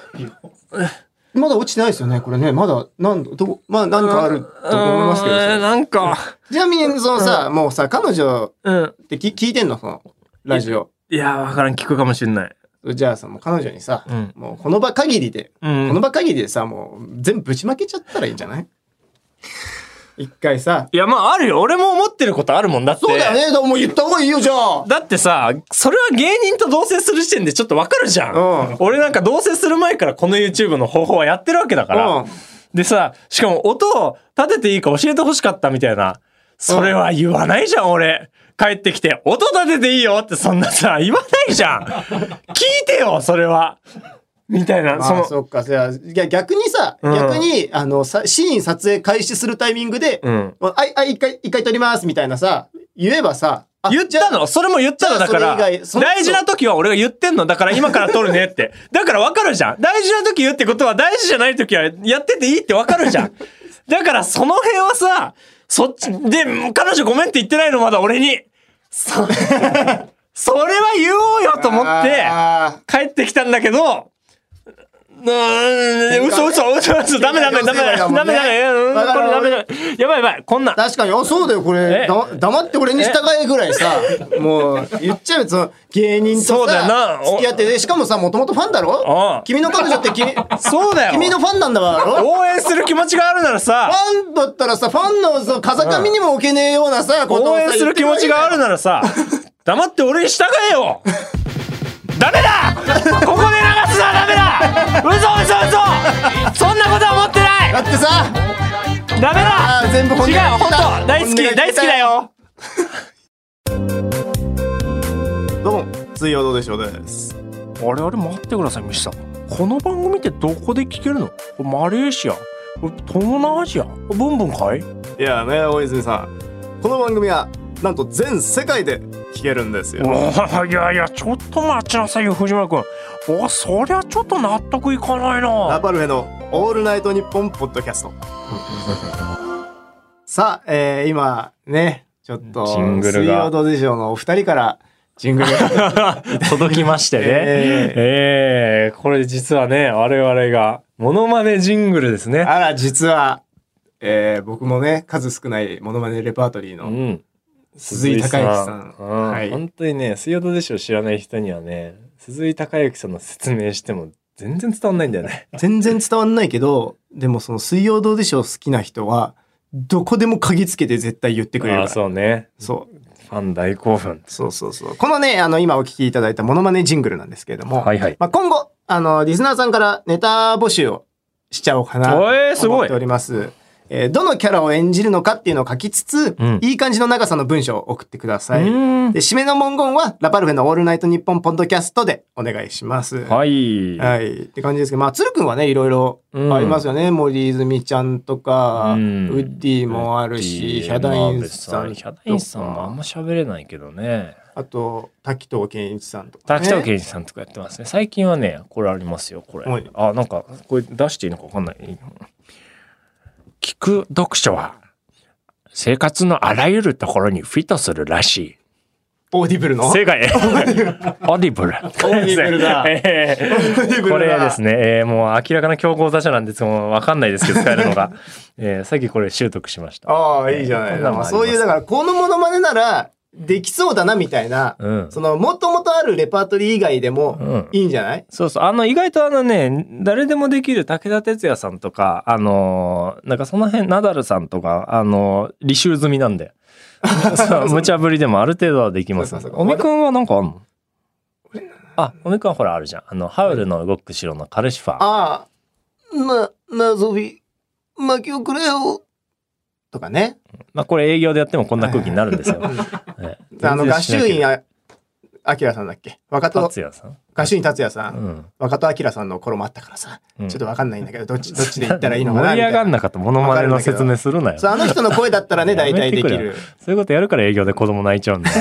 まだ落ちてないですよね、これね。まだ、なんどこ、まあ、何かあると思いますけどうーんね。なんか、ちなみに、そのさ、もうさ、彼女うん。ってき聞いてんのその、ラジオ。いやー、わからん、聞くかもしんない。じゃあさ、もう彼女にさ、うんもうこの場限りで、うんこの場限りでさ、もう全部ぶちまけちゃったらいいんじゃ ない一回さ、いや、まあ、あるよ。俺も思ってることあるもんだって。そうだよね、でももう言った方がいいよ、じゃあ。だってさ、それは芸人と同棲する時点でちょっとわかるじゃん。うん俺なんか同棲する前からこの YouTube の方法はやってるわけだから。うんでさ、しかも音を立てていいか教えてほしかったみたいな。それは言わないじゃん、俺。帰ってきて、音立てていいよってそんなさ、言わないじゃん。聞いてよ、それは。みたいな、そまあ、の。そっか、じゃあいや逆にさ、うん逆に、あの、さシーン撮影開始するタイミングで、うん。あ、あ、あ一回、一回撮ります、みたいなさ、言えばさ、あ 言ったのそれも言ったのじだゃあから。それ以外その大事な時は俺が言ってんの。だから今から撮るねって。 だから分かるじゃん。大事な時言うってことは大事じゃない時はやってていいって分かるじゃ ん。だからその辺はさ、そっち、で、彼女ごめんって言ってないのまだ俺に。 そ、それは言おうよと思ってあー帰ってきたんだけど、うーん、嘘嘘嘘嘘、ダメダメダメダメダメダメダメうんこわれかるダメダメ。やばいやばい、こんなん。確かに、あ、そうだよ、これえ。だ黙って俺に従えぐらいさ、もう、言っちゃうよ、その、芸人そうとだよなさ、付き合って、でしかもさ、もともとファンだああろ君の彼女って君、そうだよ。君のファンなんだわろ応援する気持ちがあるならさ、ファンだったらさ、ファンのその風上にも置けねえようなさ、ことを応さ援する気持ちがあるなら さ、黙って俺に従えよダメだここで流すのはダメだ嘘嘘嘘そんなことは思ってなだいってさ、ダメあーだ全部本音違うが聞本いた当大好本音が聞いきた大好きだよどうも、水曜どうでしょうです。あれあれ待ってくださいミシさんこの番組ってどこで聞けるのマレーシア東南アジアブンブンかいいやね、大泉さん、この番組は、なんと全世界で聞けるんですよ。おいやいやちょっと待ちなさいよ藤村君おそりゃちょっと納得いかないなラパルフェのオールナイトニッポンポッドキャスト。さあ、えー、今ね、ちょっと、ジングルが水曜どうでしょうのお二人から、ジングルが届きましてね。え ええこれ実はね、我々が、モノマネジングルですね。あら、実は、えー、僕もね、数少ないモノマネレパートリーうのん。鈴井孝之さん。うんはい本当にね、水曜どうでしょう知らない人にはね、鈴井孝之さんの説明しても全然伝わんないんだよね。全然伝わんないけど、でもその水曜どうでしょう好きな人は、どこでも嗅ぎつけて絶対言ってくれあるかあ、ら。そうそうね。そうファン大興奮。そうそうこのね、あの、今お聞きいただいたモノマネジングルなんですけれども、はいはい。まあ、今後、あの、リスナーさんからネタ募集をしちゃおうかな。おえーすごい思っております。えーどのキャラを演じるのかっていうのを書きつつ、うんいい感じの長さの文章を送ってください。うんで、締めの文言は、ラパルフェのオールナイトニッポンポッドキャストでお願いします。はい。はい。って感じですけど、まあ、鶴くんはね、いろいろうんありますよね。森泉ちゃんとか、うんウッディもあるし、ヒャダインさんヒャダインさんもあんま喋れないけどね。あと、滝藤健一さんとか、ね。滝藤健一さんとかやってますね。最近はね、これありますよ、これはい。あ、なんか、これ出していいのかわかんない。聞く読書は、生活のあらゆるところにフィットするらしい。オーディブルの 正 解オーディブル。オーディブルだ えーディブルだこれですね、えーもう明らかな競合他社なんですもうわかんないですけど、使えるのが。 えーさっきこれ習得しました。ああ、いいじゃない。こんなのもありますそういう、だから、このモノマネなら、できそうだな、みたいな、うん。その、もともとあるレパートリー以外でうも、ん。いいんじゃない、そうそう。あの、意外とあのね、誰でもできる武田鉄矢さんとか、あのーなんかその辺、ナダルさんとか、あのー履修済みなん で。そう、無茶ぶりでもある程度はできますそうかそう。かおみくんはなんかあんのあ、おみくんはほらあるじゃん。あの、ハウルの動く城のカルシファー。ああ、な、謎び、巻き遅れよ。とかね。まあ、これ営業でやってもこんな空気になるん ですよ。ええあの、全然合しない衆けど院あ、あきらさんだっけ若戸、達也さん。合衆院達也さん、うん。若戸あきらさんの頃もあったからさ、うんちょっとわかんないんだけど、どっち、どっちで言ったらいいのかな盛みりた上いがんな。なかった。モノマネの説明するなよ。そそう、あの人の声だったらね、やめ大体てでくきれよる。ういうことやるから営業で子供泣いちゃうんだ よ。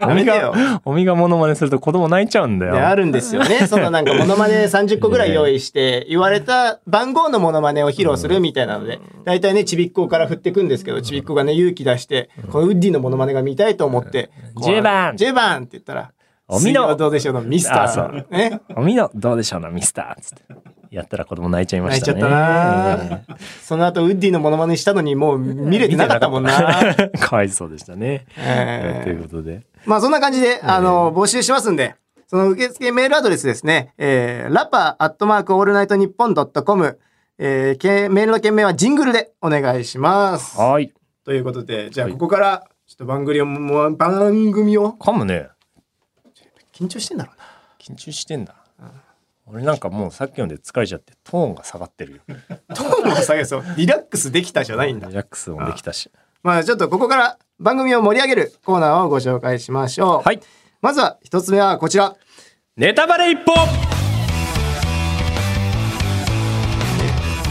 やめてよ。おみがモノマネすると子供泣いちゃうんだよ。であるんです よね。そのなんかモノマネ30個ぐらい用意して、言われた番号のモノマネを披露するみたいなので、大体ね、ちびっ子から振ってくんですけど、ちびっ子がね、勇気出して、このウッディのモノマネが見たいと思って、こう10番 !10 番って言ったら、おみの水曜どうでしょうのミスタあそー。うね。おみの、どうでしょうな、ミスター。つって。やったら子供泣いちゃいま泣いしちたゃっね。たな その後、ウッディのモノマネしたのに、もう見れてなかったもんな。ええかわいそうでしたね。ええということで。まあそんな感じで、あの、募集しますんで、その受付メールアドレスですね、えー、ラッパーアットマークオールナイトニッポンドットコム、えーけ、メールの件名はジングルでお願いします。はい。ということで、じゃあここから、ちょっと番組を、もう番組を、かむね。緊張してんだろうな。 緊張してんだ。俺なんかもうさっきので疲れちゃってトーンが下がってるよ。トーンを下げ そう。リラックスできたじゃないんだリ。ラックスもできたし。まあちょっとここから番組を盛り上げるコーナーをご紹介しましょう。はい。まずは一つ目はこちら。ネタバレ一歩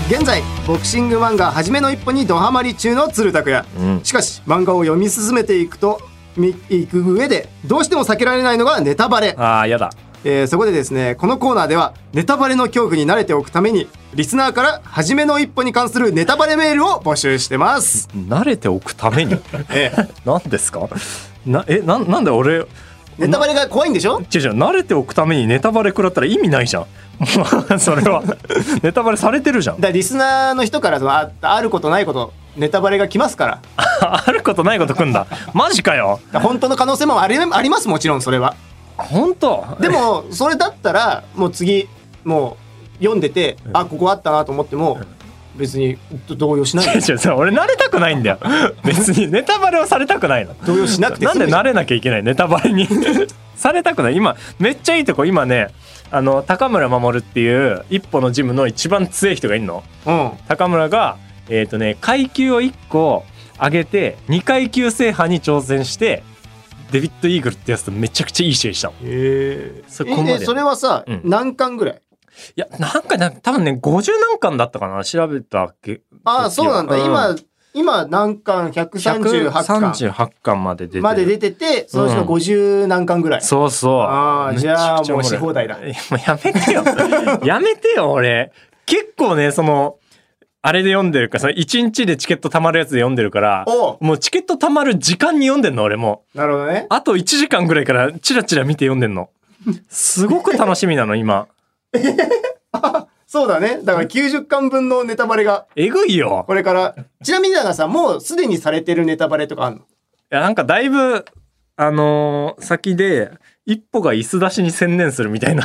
現在ボクシング漫画「はじめの一歩」にドハマり中の鶴拓也、うんしかし漫画を読み進めていくとみいく上でどうしても避けられないのがネタバレ、ああ、やだ。えーそこでですねこのコーナーではネタバレの恐怖に慣れておくためにリスナーから「はじめの一歩」に関するネタバレメールを募集してます、慣れておくため に。ええ何ですかな、え、なん、なんで俺、ネタバレが怖いんでしょ違う違う慣れておくためにネタバレ食らったら意味ないじゃん もうそれはネタバレされてるじゃん だからリスナーの人からそのああることないことネタバレが来ますからああることないことくんだマジかよだから本当の可能性もありありますもちろんそれは本当でもそれだったらもう次もう読んでて、あここあったなと思っても別にど動揺しない 違う違うそれ俺慣れたくないんだよ別にネタバレをされたくないの動揺しなくてなん済むでじゃ慣れなきゃいけないネタバレに されたくない今めっちゃいいとこ今ねあの高村守っていう一歩のジムの一番強い人がいるのうん高村がえっ、とね階級を1個上げて2階級制覇に挑戦してデビッド・イーグルってやつとめちゃくちゃいい試合したのえそこまでえそれはさ、うん何巻ぐらいいや、なんかな、多分ね、50何巻だったかな、調べたっけ。ああ時そうはなんだ、うん今今何巻138巻38巻まで出てる。まで出ててそのううちのん50何巻ぐらい、そうそう。ああめちじゃくちゃあゃもうし俺放題だいやもうやめ てよ。やめてよ、俺。結構ね、その、あれで読んでるから、その1日でチケット貯まるやつで読んでるから、おうもうチケット貯まる時間に読んでんの、俺もう。なるほどねあと1時間ぐらいからチラチラ見て読んでんの。すごく楽しみなの、今。そうだねだから90巻分のネタバレがえぐいよ。これからちなみにだからさもうすでにされてるネタバレとかあるのやなんかだいぶあのー先で一歩が椅子出しに専念するみたいな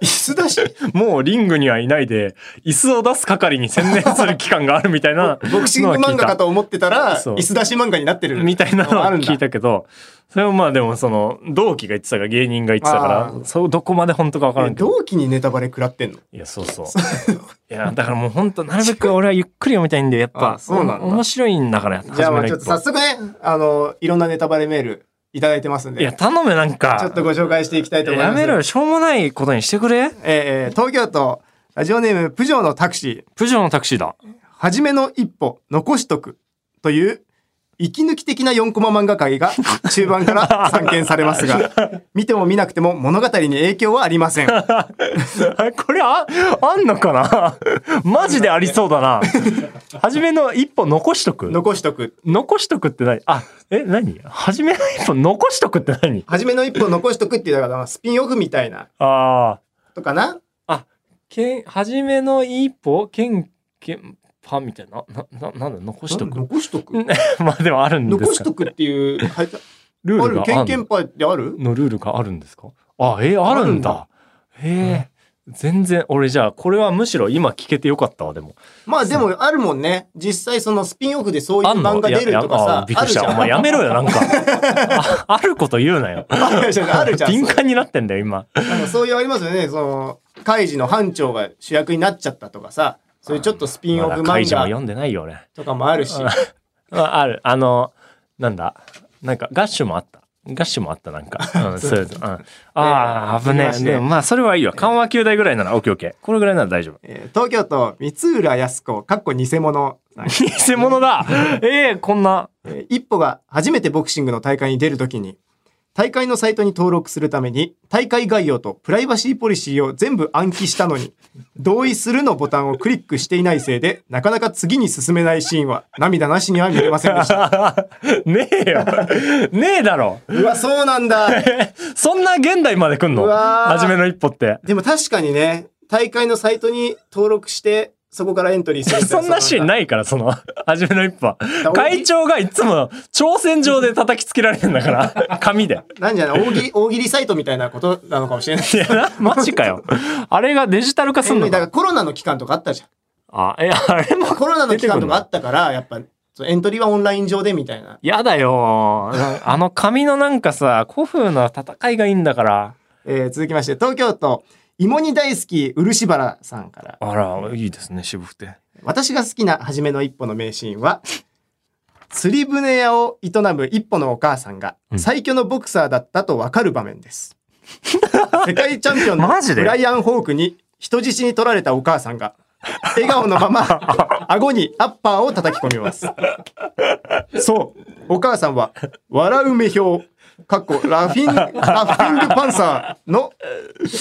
椅子出しもうリングにはいないで椅子を出す係に専念する期間があるみたい なボクシング漫画かと思ってたら、そう椅子出し漫画になってる。みたいなのをあるんだ聞いたけどそれもまあでもその同期が言ってたから芸人が言ってたあからーそうどこまで本当か分からえんけど同期にネタバレ食らってんの いやそうそういやだからもう本当なるべく俺はゆっくり読みたいんでやっぱあそうなんだ面白いんだからじゃあまあ初めちょっの一と歩早速ね、あの、いろんなネタバレメールいただいてますんで、いやち頼むなんかょっとご紹介していきたいと思いやます。めろよしょうもないことにしてくれえーえー東京都、ラジオネーム、プジョーのタクシー、プジョーのタクシーだ初めの一歩、残しとく、という、息抜き的な4コマ漫画界が中盤から散見されます が、見ても見なくても物語に影響はありません。あこれあ、あんのかな マジでありそうだな。初めの一歩残しとく。残しとく。残しとくって何あ、え、何初めの一歩残しとくって何初めの一歩残しとくっていうだから、スピンオフみたいな、ああ。とかなけん、初めの一歩、けん、けん、パンみたいな。な、な、なんだ、残しとく。残しとくんまあでもあるんですか残しとくっていう、はいルーあルるがあケンケるンパイってあるのルールがあるんですかあ、えあるんだ。へえ、全然、俺じゃあ、これはむしろ今聞けてよかったわ、でも。まあでもあるもんね。実際そのスピンオフでそういうあんの漫画出るとかいやいやさあ、びっあくりるしじた。ゃおん。前やめ ろよ、なんか。ああること言う なよ。 あるじゃん。あるじゃん。敏感になってんだよ、今。なんかそういうありますよね。その、カイジの班長が主役になっちゃったとかさ、そういうちょっとスピンオまフだカイジも漫画読んでないよ、俺。とかもあるし、あある。あの、なんだ。なんか、ガッシュもあった。ガッシュもあった、なんか。うん、 そういうのうん。ああー、危ありねましえ。たでもまあ、それはいいわ。緩和球大ぐらいなら、オッケーオッケー。これぐらいなら大丈夫。えー東京都三浦康子、かっこ偽物。偽物だ ええこんな。えー一歩が初めてボクシングの大会に出るときに、大会のサイトに登録するために、大会概要とプライバシーポリシーを全部暗記したのに、同意するのボタンをクリックしていないせいで、なかなか次に進めないシーンは涙なしには見れませんで した。 ねえ よ。ねえだろ。うわ、そうなんだ。そんな現代まで来んのうわー初めの一歩 って。でも確かにね、大会のサイトに登録して、 そこからエントリーするみたいそんなシーンいないから、その、初めの一歩は。大喜会利長がいつも挑戦状で叩きつけられるんだから、紙で。なんじゃない大喜利、 大喜利サイトみたいなことなのかもしれない。いやな、 マジかよ。あれがデジタル化すんだのかからコロナの期間とかあったじゃん。あ、え、あれもコロナの期間とかあったから、やっぱ、そうエントリーはオンライン上でみたいな。やだよ。なあの紙のなんかさ、古風な戦いがいいんだから。えー続きまして、東京都、芋煮大好き、漆原さんから。あら、いいですね、渋くて。私が好きな初めの一歩の名シーンは、釣り船屋を営む一歩のお母さんがうん最強のボクサーだったとわかる場面 です。世界チャンピオンのマジでブライアン・ホークに人質に取られたお母さんが、笑顔のま ま、顎にアッパーを叩き込みます。そう、お母さんは、笑う目標、かっこラフィン、ラフィングパンサーの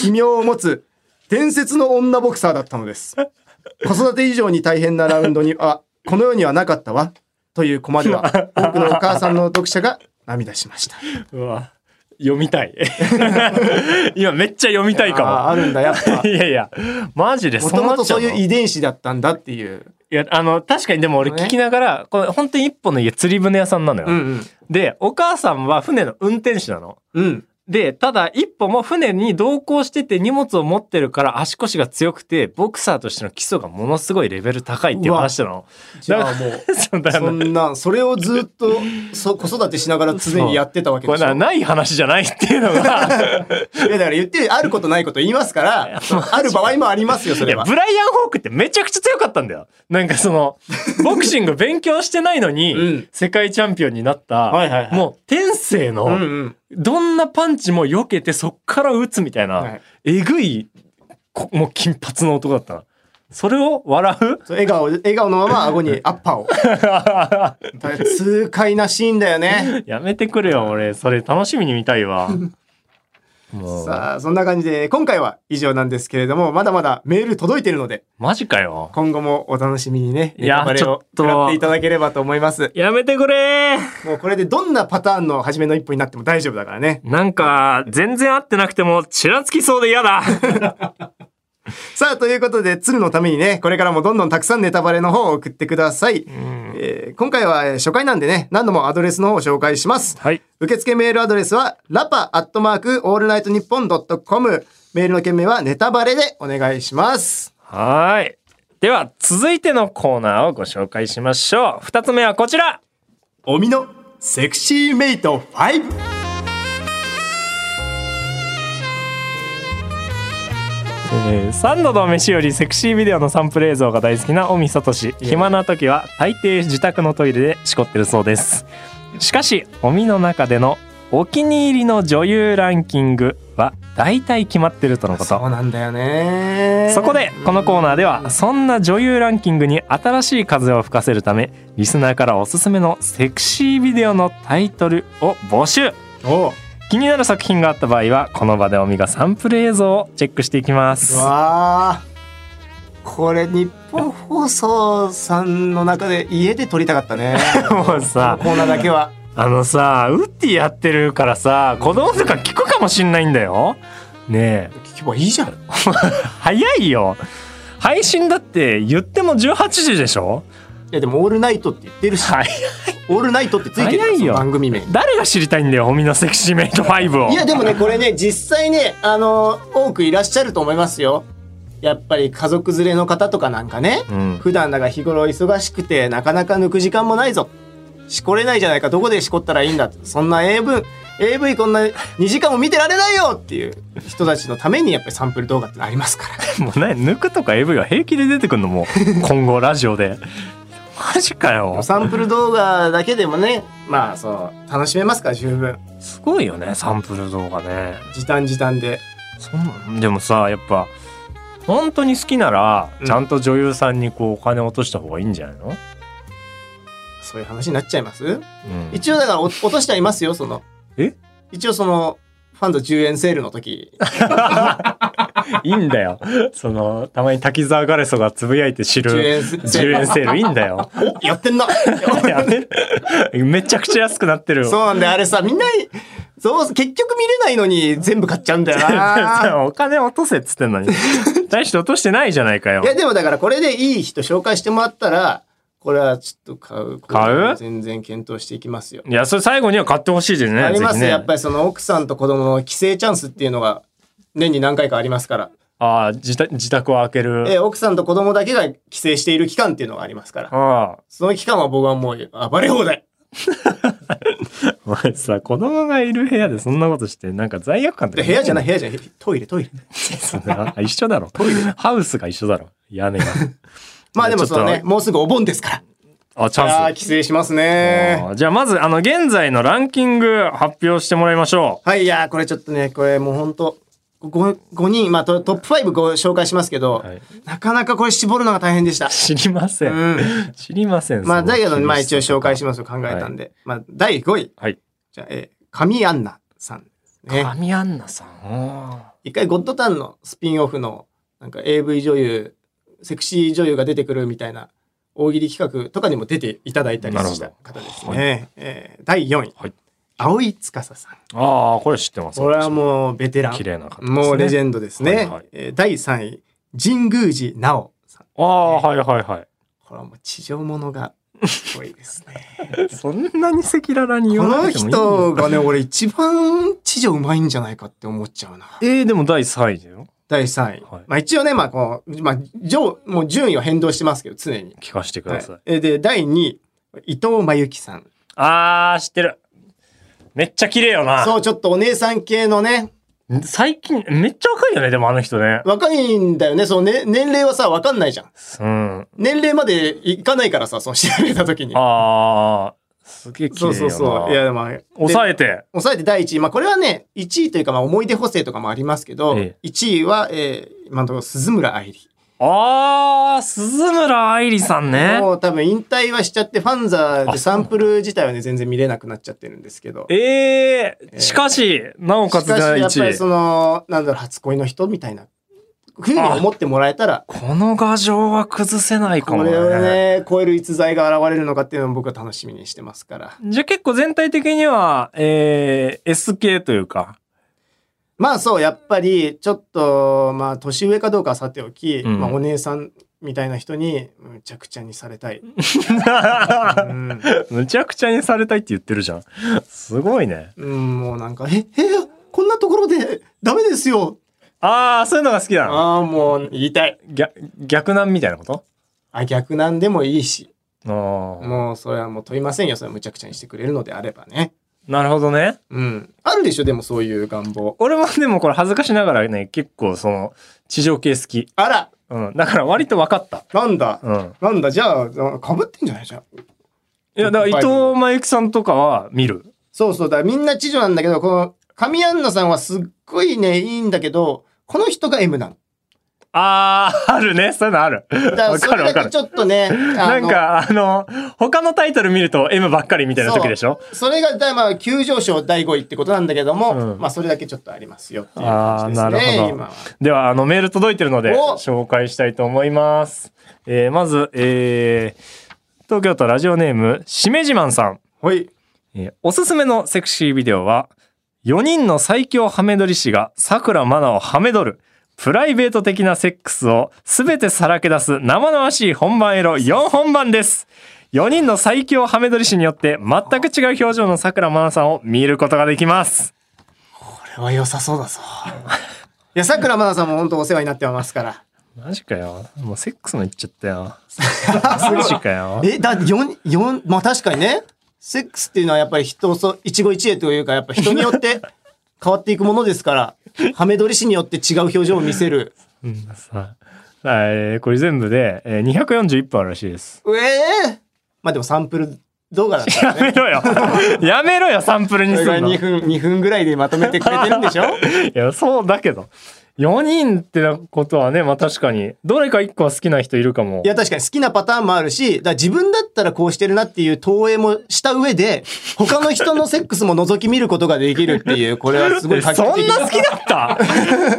異名を持つ伝説の女ボクサーだったのです。子育て以上に大変なラウンドには、この世にはなかったわ。というコマで は、多くのお母さんの読者が涙しました。うわ、読みたい。 今めっちゃ読みたいあーかあるんだ、やっ ぱも。。いやいや、マジでもそとうなもっとちゃそううのいう遺伝子だったんだっていう。いや、あの、確かにでも俺聞きながら、これ本当に一本の家釣り船屋さんなのよ。うんで、お母さんは船の運転手なの。うん。うん。で、ただ一歩も船に同行してて荷物を持ってるから足腰が強くて、ボクサーとしての基礎がものすごいレベル高いっていう話なの。じゃあもう、そう だそよねんな、それをずっとそ子育てしながら常にやってたわけこでれしょ。な、いやない話じゃないっていう のが、だから言ってる、あることないこと言いますから、ある場合もありますよ、そいれや、は。ブライアン・ホークってめちゃくちゃ強かったんだよ。なんかその、ボクシング勉強してないのに、うん世界チャンピオンになった、はいはいはいもう天性の、うんうん。どんなパンチも避けてそっから打つみたいな、はいえぐい、こもう金髪の男だったな。それを笑うそう笑顔、笑顔のまま顎 にアッパーを。だから痛快なシーンだよね。やめてくれよ、俺。それ楽しみに見たいわ。もう、さあ、そんな感じで、今回は以上なんですけれども、まだまだメール届いてるので、マジかよ。今後もお楽しみにね、いネタやバレちょっをと食らっていただければと思います。やめてくれもうこれでどんなパターンの初めの一歩になっても大丈夫だからね。なんか、全然合ってなくても、ちらつきそうで嫌だ。さあ、ということで、鶴のためにね、これからもどんどんたくさんネタバレの方を送ってください。ええー今回はえー初回なんでね、何度もアドレスの方を紹介します。はい。受付メールアドレスは、ラパアットマークオールナイトニッポンドットコム。メールの件名はネタバレでお願いします。はーい。では、続いてのコーナーをご紹介しましょう。二つ目はこちらおみのセクシーメイト5。えー三度の飯よりセクシービデオのサンプル映像が大好きな尾身聡暇な時は大抵自宅のトイレでしこってるそうですしかし尾身の中でのお気に入りの女優ランキングは大体決まってるとのこそうとなんだよね。そこでこのコーナーではそんな女優ランキングに新しい風を吹かせるためリスナーからおすすめのセクシービデオのタイトルを募集おう気になる作品があった場合はこの場で尾身がサンプル映像をチェックしていきますわあこれ日本放送さんの中で家で撮りたかった ねもうさコーナーだけはあのさウッディやってるからさ子供とか聞くかもしんないんだよねえ聞けばいいじゃん早いよ配信だって言っても18時でしょいやでも「オールナイト」って言ってるしはい「オールナイト」ってついてる早いよその番組名に誰が知りたいんだよホミのセクシーメイト5をいやでもねこれね実際ねあの多くいらっしゃると思いますよやっぱり家族連れの方とかなんかね、うん普段だから日頃忙しくてなかなか抜く時間もないぞしこれないじゃないかどこでしこったらいいんだってそんな AV, AV こんな2時間も見てられないよっていう人たちのためにやっぱりサンプル動画ってのありますからもうね抜くとか AV は平気で出てくんのもう今後ラジオでマジか よサンプル動画だけでもねまあそう楽しめますから十分すごいよねサンプル動画ね時短時短でそんなんでもさやっぱ本当に好きならうんちゃんと女優さんにこうお金落とした方がいいんじゃないの、そういう話になっちゃいますうん一応だからお落としてはいますよそのえ一応そのファンド10円セールの 時 いいんだよ。その、たまに滝沢ガレソがつぶやいて知10る円セー10ル円セールいいんだよ。お やってんなやめめちゃくちゃ安くなってる。そうなんだよあれさみんなそう結局見れないのに 全部買っちゃうんだよなお金落とせっつってんのに。大して落としてないじゃないかよい。やでもだからこれでいい人紹介してもらったらこれはちょっと買う買う全然検討していきますよいや、それ最後には買ってほしいですね。ありますぜひねねやっぱりその奥さんと子供の帰省チャンスっていうのが年に何回かありますから、ああ、自宅自宅を開けえる。奥さんと子供だけが帰省している期間っていうのがありますからああ。その期間は僕はもう暴れ放題お前さ、子供がいる部屋でそんなことして、なんか罪悪感とでか。部屋じゃないい。部屋じゃないトイ レトイレ一緒 だろ。ハウスが一緒だろ。屋根が。まあでもそのちょっねともうすぐお盆ですからあ、チあャあーンス。帰省しますねああじゃあまず、あの、現在のランキング発表してもらいましょう。はいいやーこれちょっとねこれもうほんと 5, 5人まあトトップ5ご紹介しますけど、はいなかなかこれ絞るのが大変でした知りません。うん 知りません。まあそのだけどまあ厳し一さ応紹介しますよ考えたんで、まあ第5位はい。じゃあ、えー、神アンナさんですね神アンナさん。一回ゴッドタンのスピンオフのなんか AV 女優セクシー女優が出てくるみたいな大喜利企画とかにも出ていただいたりした方でなるすね、ほどえー第4位、はい青井司さんああ、これ知ってます。これはもうベテラン、綺麗な方ですねもうレジェンドですね、はいはいえー第3位神宮寺直さんう。ああー、はいはいはい。これはもう地上ものが多いで すねそんなに赤裸々にこ言わなのくてもいいんだよ人がね俺一番地上うまいんじゃないかって思っちゃうなえー、でも第3位だよ。第3位、はいまあ一応ねまあこう、まあ、上もう順位は変動してますけど常に聞かせてください。はいえで第2位伊藤真由紀さんああ、知ってる。めっちゃ綺麗よな。そうちょっとお姉さん系のね最近、めっちゃ若いよね、でもあの人ね。若いんだよねそのね年齢はさ分かんないじゃんうん。年齢までいかないからさその調べた時にああ、すげえ綺麗そような。そうそういやでも抑ええて。抑えて第1位まあこれはね1位というかまあ思い出補正とかもありますけど、え1位は、えー、今のところ鈴村愛理ああ、鈴村愛理さんね。もう多分引退はしちゃってファンザーでサンプル自体はね全然見れなくなっちゃってるんですけどえええーしかし、なおしかかしつ第やっぱ1り位そ。のなんだろう初恋の人みたいなふうに思ってもらえたらこの画像は崩せないかこもれをね。ね超える逸材が現れるのかっていうのを僕は楽しみにしてますからじゃあ結構全体的には、えー、S 系というか。まあそうやっぱりちょっとまあ年上かどうかはさておき、うんまあ、お姉さんみたいな人にむちゃくちゃにさ れたい。うん、むちゃくちゃにされたいって言ってるじゃん。すごいね。うん、もうなんか、え、え、こんなところでダメですよ。ああ、そういうのが好きなのああ、もう言いたい。逆逆難みたいなことあ、逆なんでもいいし。ああ。もうそれはもう問いませんよ。それはむちゃくちゃにしてくれるのであればね。なるほどね。うん。あるでしょ、でもそういう願望。俺もでもこれ恥ずかしながらね、結構その、地上系好き。あらうん。だから割と分かった。なんだ、うん。なんだじゃあ、かぶってんじゃないじゃん。いや、だから伊藤真由紀さんとかは見る。そうそうだ、みんな知女なんだけど、この、神アンナさんはすっごいね、いいんだけど、この人が M なの。ああ、あるね。そういうのある。だからわそかるれわだかけるち。ょっとね、なあんのか、あの、他のタイトル見ると M ばっかりみたいな時でしょそれが、だまあ、急上昇第5位ってことなんだけども、うんまあ、それだけちょっとありますよっていう感じですねあーな、るほど今は。では、あの、メール届いてるので、お紹介したいと思います。えー、まず、えー、東京都ラジオネーム、しめじまんさん。ほい。えーおすすめのセクシービデオは、4人の最強ハメ撮り師が桜マナをハメ撮る、プライベート的なセックスを全てさらけ出す生々しい本番エロ4本番です。4人の最強ハメ撮り師によって全く違う表情の桜マナさんを見ることができます。これは良さそうだぞ。いや、さくらまなさんも本当お世話になってますから。マジかよ。もうセックスの言っちゃった よ。マジかよ。え、だ、四四まあ確かにね、セックスっていうのはやっぱり人そ、一期一会というか、やっぱ人に よって変わっていくものですから、ハメ撮り師によって違う表情を見せる。うんさあ、えーこれ全部で、えー、241本あるらしいです。うええまあでもサンプル動画だったやらね。めろよやめろよサンプルにそすれるがの 2い分、2分ぐらいでまとめてくれてる んでしょや、そうだけど。4人ってなことはね、まあ確かに、どれか1個は好きな人いるかも。いや、確かに好きなパターンもあるし、だから自分だったらこうしてるなっていう投影もした上で、他の人のセックスも覗き見ることができるっていう、これはすごえい画期そん的な好きだった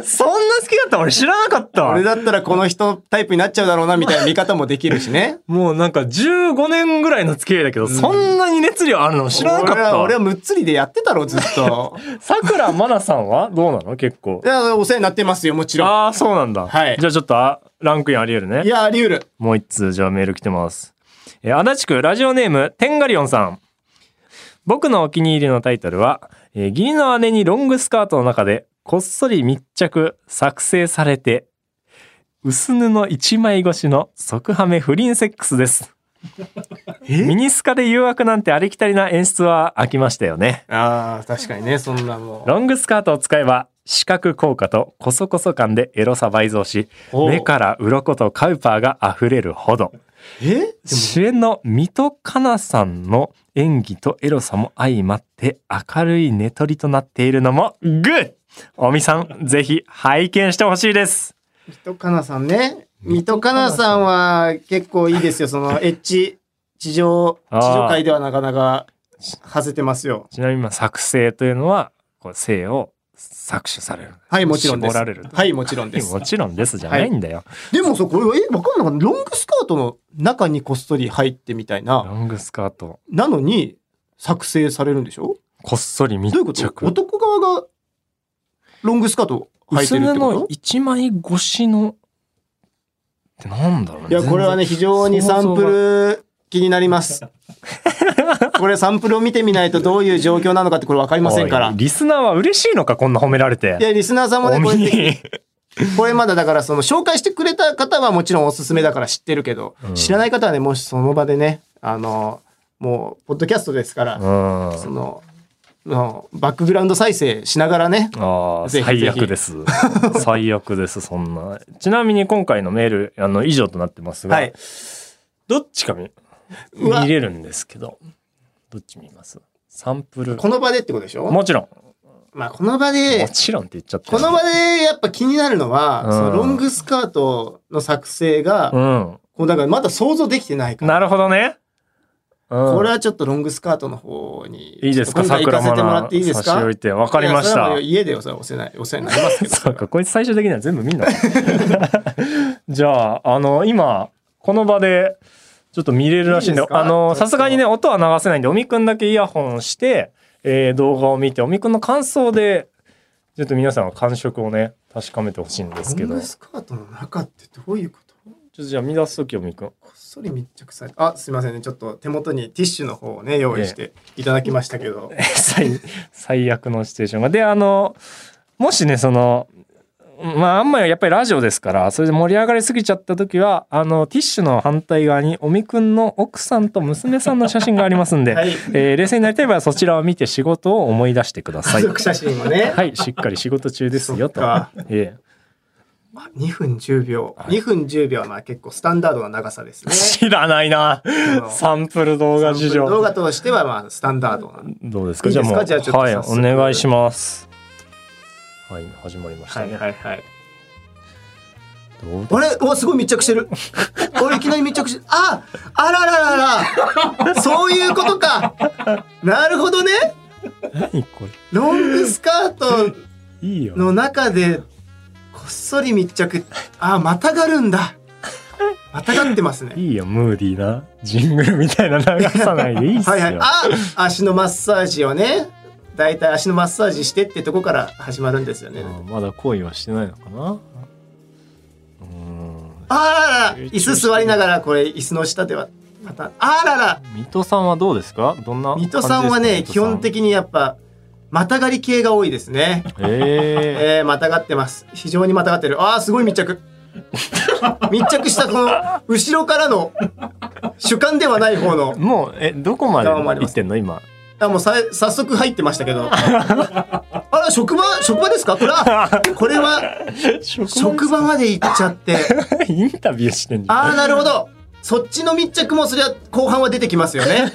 そんな好きだった俺知らなかったわ俺だったらこの人タイプになっちゃうだろうなみたいな見方もできるしね。もうなんか15年ぐらいの付き合いだけど、そんなに熱量あるの知らなかっ俺たはわ俺はむっつりでやってたろずっ とさくらまなさんはどうなの結構い。やお世話になってますよもちろんああ、そうなんだ。はいじゃあちょっとあランクインあり得るねい。やあり得るもう一通、じゃあメール来てます。えー、足立区ラジオネーム、テンガリオンさん。僕のお気に入りのタイトルは、えー義理の姉にロングスカートの中で、こっそり密着、作成されて、薄布一枚越しの即ハメ不倫セックスです。ミニスカで誘惑なんてありきたりな演出は飽きましたよね。あー確かにねそんなもロングスカートを使えば、視覚効果とコソコソ感でエロさ倍増し、おう目から鱗とカウパーが溢れるほど。うえ主演の水戸かなさんの演技とエロさも相まって明るい寝取りとなっているのもグッおみさんぜひ拝見してほしいです水戸かなさんね水戸かなさんは結構いいですよそのエッチ地上地あー上界ではなかなかはせてますよちなみにまあ作成というのはこう性を搾取されるはいもちろんです絞られるとはいもちろんですもちろんですじゃないんだよ、でもそうこれはえ分かんなかったロングスカートの中にこっそり入ってみたいなロングスカートなのに作成されるんでしょこっそり密どういうこ着と男側がロングスカート履いて薄るっめてこのと一枚越しのってなんだろうねいや、これはね、非常にサンプル気にな ります。これサンプルを見てみないとどういう状況なのかってこれ分かりませんからおい。リスナーは嬉しいのかこんな褒められていや、リスナーさんもね、おこみれ、にこれまだだから、その、紹介してくれた方はもちろんおすすめだから知ってるけど、うん知らない方はね、もしその場でね、あの、もう、ポッドキャストですから、うんその、のバックグラウンド再生しながらね、ああ、ぜひぜひ最悪 です。最悪です、そんな。ちなみに今回のメール、あの、以上となってますが、はい。どっちか見うわ見れるんですけど、どっち見ますサンプル。この場でってことでしょもちろん。まあ、この場でも、ちろんって言っちゃった。この場でやっぱ気になるのは、うんそのロングスカートの作成が、こうだからまだ想像できてないうん。から。なるほどね。うんこれはちょっとロングスカートの方に。いいですかちょっと今桜回行かせマてもらナっていいでーす差しか置いて。わかりましいやそれたは。家でよ、それはお世話お世話になりますけど。そうか、こいつ最終的には全部見んのか じゃあ、あの、今、この場で、ちょっと見れるらしいんで、いいですかあの、ちょっとさすがにね、音は流せないんで、おみくんだけイヤホンして、えー動画を見て、おみくんの感想で、ちょっと皆さんは感触をね、確かめてほしいんですけロど、ングちスカートの中ってどういうことょちょっとじゃあ見出すときをみくん。こっそり密着されあすいませんねちょっと手元にティッシュの方をね用意していただきましたけど、 最最悪のシチュエーションが。であのもしねそのまああんまりやっぱりラジオですからそれで盛り上がりすぎちゃった時はあのティッシュの反対側におみくんの奥さんと娘さんの写真がありますんで、はいえー冷静になりたい場合はそちらを見て仕事を思い出してくださ家い。族写真をね、はいしっかり仕事中ですよとそっか。えあ2分10秒、い2分10秒はまあ結構スタンダードな長さですえ ね知らないなあのサンプル動画事情。動画としてはまあスタンダードなどうですかいいじゃあですもかうじゃあちょっとはい早お速願いします。はい始まりましたね。はいはいどうですあれおすごい密着し てる俺いきなり密着してああららららそういうことかなるほどね何これロングスカートいいよ。の中でこっそり密着あまたがるんだまたがってますねいいよ、ムーディーな。ジングルみたいな流さないでいいっすよ。はいはいあ足のマッサージをねだいたい足のマッサージしてってとこから始まるんですよねうんまだ恋はしてないのかなうーん。あららら椅子座りながらこれ椅子の下ではまたあらら 水戸さんはどうですかどんな感じ水ですか戸さんはね基本。的にやっぱまたがり系が多いですね水戸さんええー、またがってます非常にまたがってるあーすごい密 着密着したこの後ろからの主観ではない方のー、もう、え、どこまで行ってんの今。あもうさ早速入ってました けどあら職場職場ですかこれはこれは職場まで行っちゃってインタビューしてんじゃん。ああなるほどそっちの密着もそりゃ後半は出てきますよ ね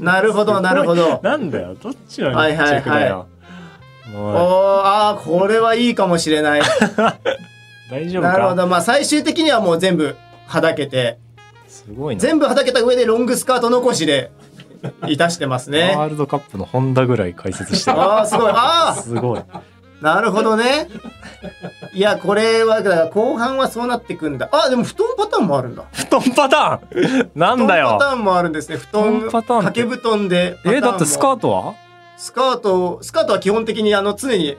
なるほどなるほどなんだよ、どっちの密着だよ。はいはいはおーもうあーこれはいいかもしれない大丈夫なるほかどまあ最終的にはもう全部はだけてすごいな。全部はだけた上でロングスカート残しでいたしてますねワールドカップの本田ぐらい解説してる。ああすごいああすごい。なるほどね。いや、これは、だから後半はそうなってくんだ。あ、でも布団パターンもあるんだ。布団パターンなんだ布団パよ。ターンもあるんですね。布布団団、パターンって掛け布団で。え、だってスカートも。ートはスカート、スカートは基本的に、あの、常に、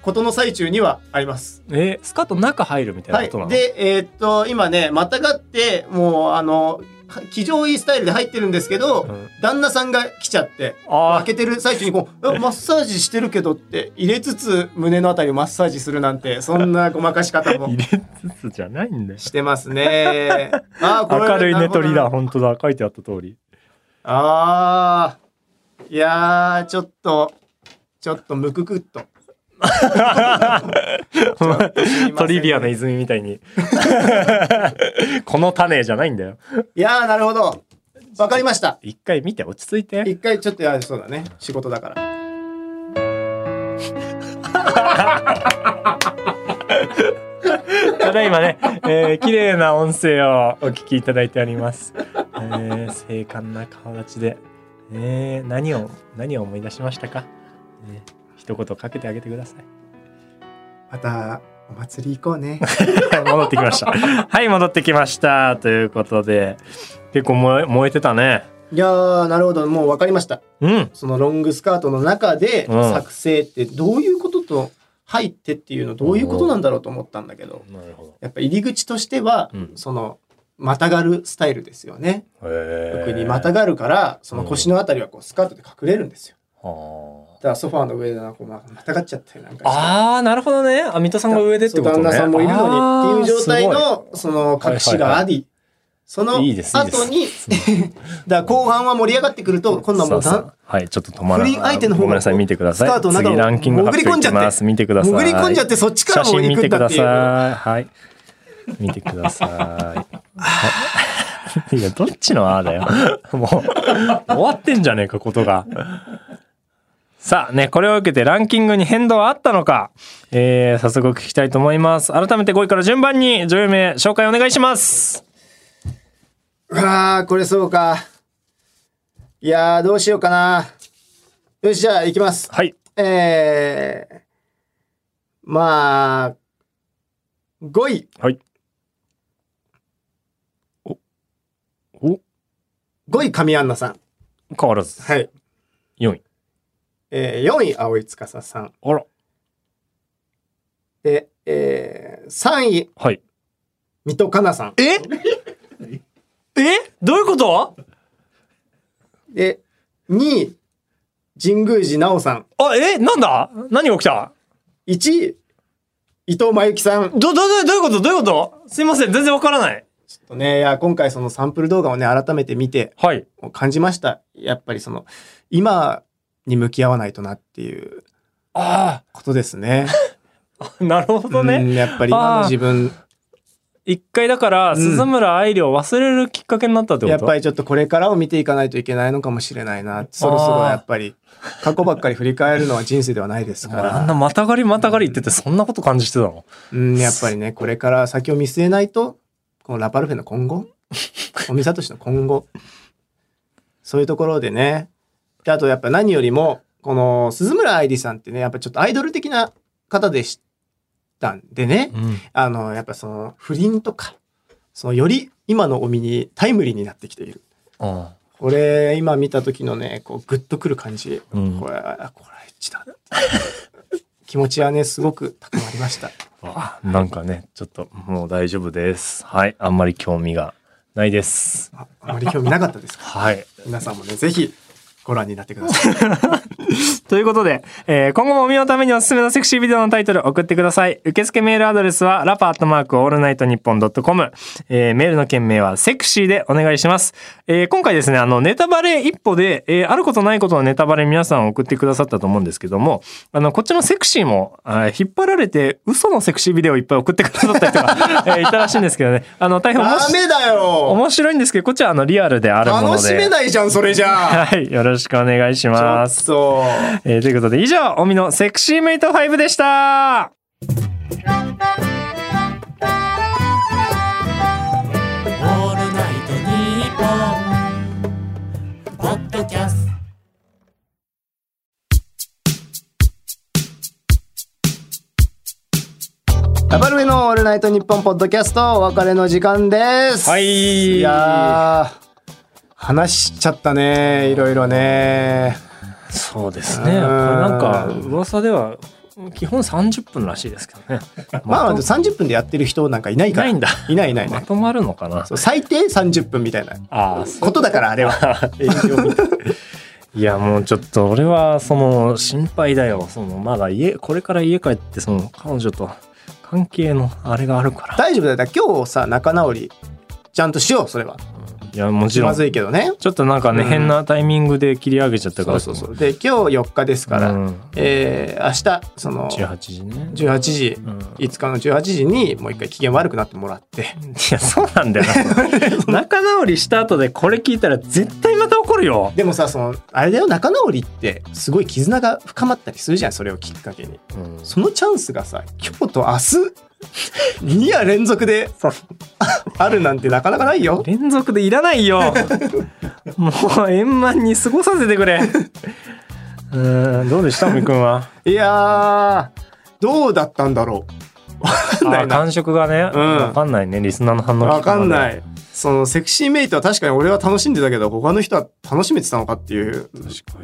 ことの最中にはあります。えースカート中入るみたいなはことなの、い。で、えーっと、今ね、またがって、もう、あの、は騎乗位スタイルで入ってるんですけど、うん旦那さんが来ちゃって、あ開けてる最中にこうえ「マッサージしてるけど」って入れつつ胸のあたりをマッサージするなんてそんなごまかし 方あ、も入れつつじゃないんだよ。してます ね。あー明るい寝取り。なだ、るほど本当だ、書いてあった通り。ああ。いやー、ちょっと、ちょっとむくく っと。トリビアの泉みたいに。 この種じゃないんだよ。いやー、なるほど。わかりました。一回見て、落ち着いて。一回ちょっとやそうだね。仕事だから。ただいまね、えー綺麗な音声をお聞きいただいております。えー、精悍な顔立ちで、えー何を、何を思い出しましたか、えー一言かけてあげてください。 また、お祭り行こうね。戻ってきました。 はい、戻ってきました。ということで、結構燃え燃えてたね。いやー、なるほど。もうわかりました。うん。そのロングスカートの中でうん作成ってどういうことと入ってっていうのどういうことなんだろうと思ったんだけど、なるほやっぱ入り口としては、うんその、またがるスタイルですよね。ど。へ特にまたがるから、その腰のあたりはこうスカートで隠れるんですよ。だからソファーの上でなんかこうままたがっちゃったりなんかして。ああ、なるほどね。あ、水戸さんが上でってことね。そう旦那さんもいるのにっていう状態あー。のその隠しがあり、そのすごいいいです、いいです後に、 だから後半は盛り上がってくると、今度はさもあうだんさあはい、ちょっと止まらフリー相手の方がごめんなさい、見てください。スカートの中を次ランキング発表いきます。見てください。潜り込んじゃってそっちから写も真行見くてんくだだっていう。さい。はい。見てくださ い。いや、どっちのあーだ よ。もう、終わってんじゃねえか、ことが。さあね、これを受けてランキングに変動はあったのか、えー、早速聞きたいと思います。改めて5位から順番に女優名紹介お願いします。うわー、これそうか。いやー、どうしようかな。よし、じゃあ行きます。はい。えー、まあ、5位。はい。お、 5位、神アンナさん。変わらず。はい。 4位。えー、4位、葵司さん。あら。で、えー、3位、はい。水戸かなさん。 ええどういうことで、2位、神宮寺奈緒さん。あ、えなんだ何が起きた1位、伊藤真由紀さん。ちょど、ど、ど、どういうことどういうことすいません、全然わからない。っとね、いや、今回そのサンプル動画をね、改めて見て、はい。感じました。やっぱりその、今に向き合わないとなっていうあことですね。あ、なるほどうね。んやっぱり今の自分、一回だから、鈴村愛理を忘れるきっかけになったってことやっぱりちょっとこれからを見ていかないといけないのかもしれないな。そろそろやっぱり、過去ばっかり振り返るのは人生ではないですかあんなら。またがりまたがり言ってて、そんなこと感じてたのうん、やっぱりね、これから先を見据えないと、このラパルフェの今 後、おみさとしの今後、そういうところでね。で、あとやっぱ何よりも、この鈴村愛理さんってね、やっぱちょっとアイドル的な方でしたんでね、 うん。あの、やっぱその不倫とか、そのより今のおみにタイムリーになってきている。うん。これ今見た時のねこうグッとくる感じ、うんこれあこれエッチだ 気持ちはねすごく高まりましたあなんかね、ちょっと、もう大丈夫です。はい。あんまり興味がないです。ああまり興味なかったですかはい。皆さんもねぜひご覧になってくださいということで、えー今後もお見のためにおすすめのセクシービデオのタイトルを送ってください。受付メールアドレスは、ラパアットマークオールナイトニッポンドットコム。えーメールの件名は、セクシーでお願いします。えー今回ですね、あの、ネタバレ一歩で、えーあることないことのネタバレ皆さん送ってくださったと思うんですけども、あの、こっちのセクシーも、あー引っ張られて、嘘のセクシービデオをいっぱい送ってくださった人が、 えーいたらしいんですけどね。あの、大変面 ダ白いメだよ面白いんですけど、こっちはあの、リアルであるもので。楽しめないじゃんそれじゃあはい、よろしくお願いしちょます。っとえーということで以上、オミのセクシーメイト5でしたダバルメのオールナイトニッポンポッドキャストお別れの時間ですはいいやー話しちゃったねいろいろねそうですうね。こんれなんか、噂では、基本30分らしいですけどね。ま あまと30分でやってる人なんかいないからいないんだいないいないいなまいとまるのかなそう最低30分みたいなああ、そことだからあれ は営業いや、もうちょっと俺は、その、心配だよ。その、まだ家、これから家帰って、その、彼女と関係のあれがあるから。大丈夫だよだから今日さ仲直りちゃんとしようそれはいや、もち気ろまん。ずちいけどねょっとなんかね、うん変なタイミングで切り上げちゃったかそら。うそうそうで今日4日ですから、うんえー明日その18時ね。 18時うん5日の18時にもう一回機嫌悪くなってもらっていや、そうなんだよな。 仲直りした後でこれ聞いたら絶対また怒るよ。でもさそのあれだよ仲直りってすごい絆が深まったりするじゃんそれをきっかけにそのチャンスがさ今日 と明日2夜連続で あるなんてなかなかないよ連続でいらない よ。もう円満に過ごさせてく れ。うーん、どうでしたみくんは。いやーどうだったんだろうわかんなあいな感触がね、わ、んかんないね、リスナーの反応。わかんないいそのセクシーメイトは確かに俺は楽しんでたけど他の人は楽しめてたのかっていう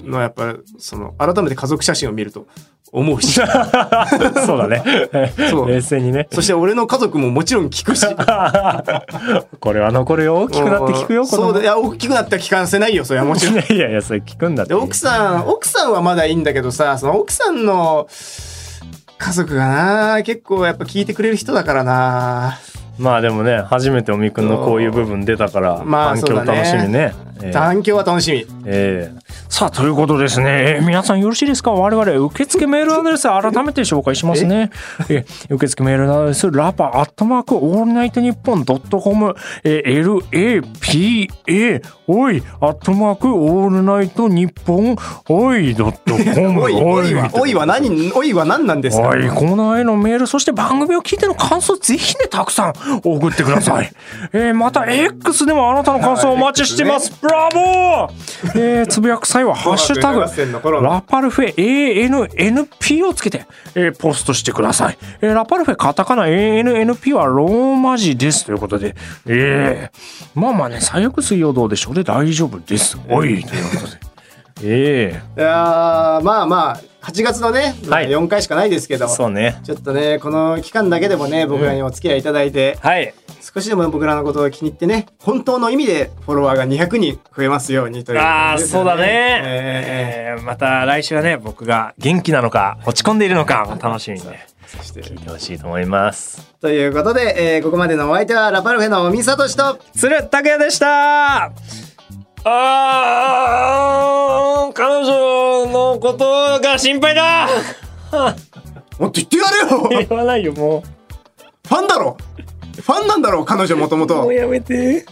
のはやっぱりその改めて家族写真を見ると思 うし そうだね。そう冷静に ね。そして俺の家族ももちろん聞 くしこれは残るよ。大きくなって聞くうよ、んこそうの。だいや大きくなっては聞かせないよそれはもちろん いやいや、それ聞くんだって。で奥さん奥さんはまだいいんだけどさその奥さんの家族がな結構やっぱ聞いてくれる人だからなまあでもね、初めておみくんのこういう部分出たから、まあ反響そうだね楽しみね。ええ環境は楽しみええさあということですね、えー皆さんよろしいですか我々受付メールアドレス改めて紹介しますね、えー受付メールアドレスラパアットマークオールナイトニッポンドットコム LAPA おいアットマークオールナイトニッポンおいドットコムおいおいはおいは何おいは何なんですかはい、コーナーへのメール、そして番組を聞いての感想、ぜひね、たくさん送ってくだ さい。えーまた、X でもあなたの感想をお待ちしてます。ブラ ボーえーつぶやく際は、ハッシュタグ、小学生の頃のラパルフェ ANNP をつけて、えーポストしてください。えーラパルフェカタカナ ANNP はローマ字ですということで、えーまあまあね、最悪水曜どうでしょうで大丈夫です。おい、ということで。ええいやーまあまあ8月のね、はい4回しかないですけえどそうね。ちょっとねこの期間だけでもね僕らにお付き合いいただいて、はい。少しでも僕らのことを気に入ってね本当の意味でフォロワーが200人増えますようにというあ感あ、じですそようだね。えええまた来週はね、僕が元気なのか、落ち込んでいるのか、楽しみにね、ーそして聞いてほしいと思います。ということで、えーここまでのお相手はラパルフェのみさとしと鶴拓也でしたあー彼女のことが心 配だもっと言って やれよ言わないよ、もう。ファンだろファンなんだろう彼女もともともうやめて。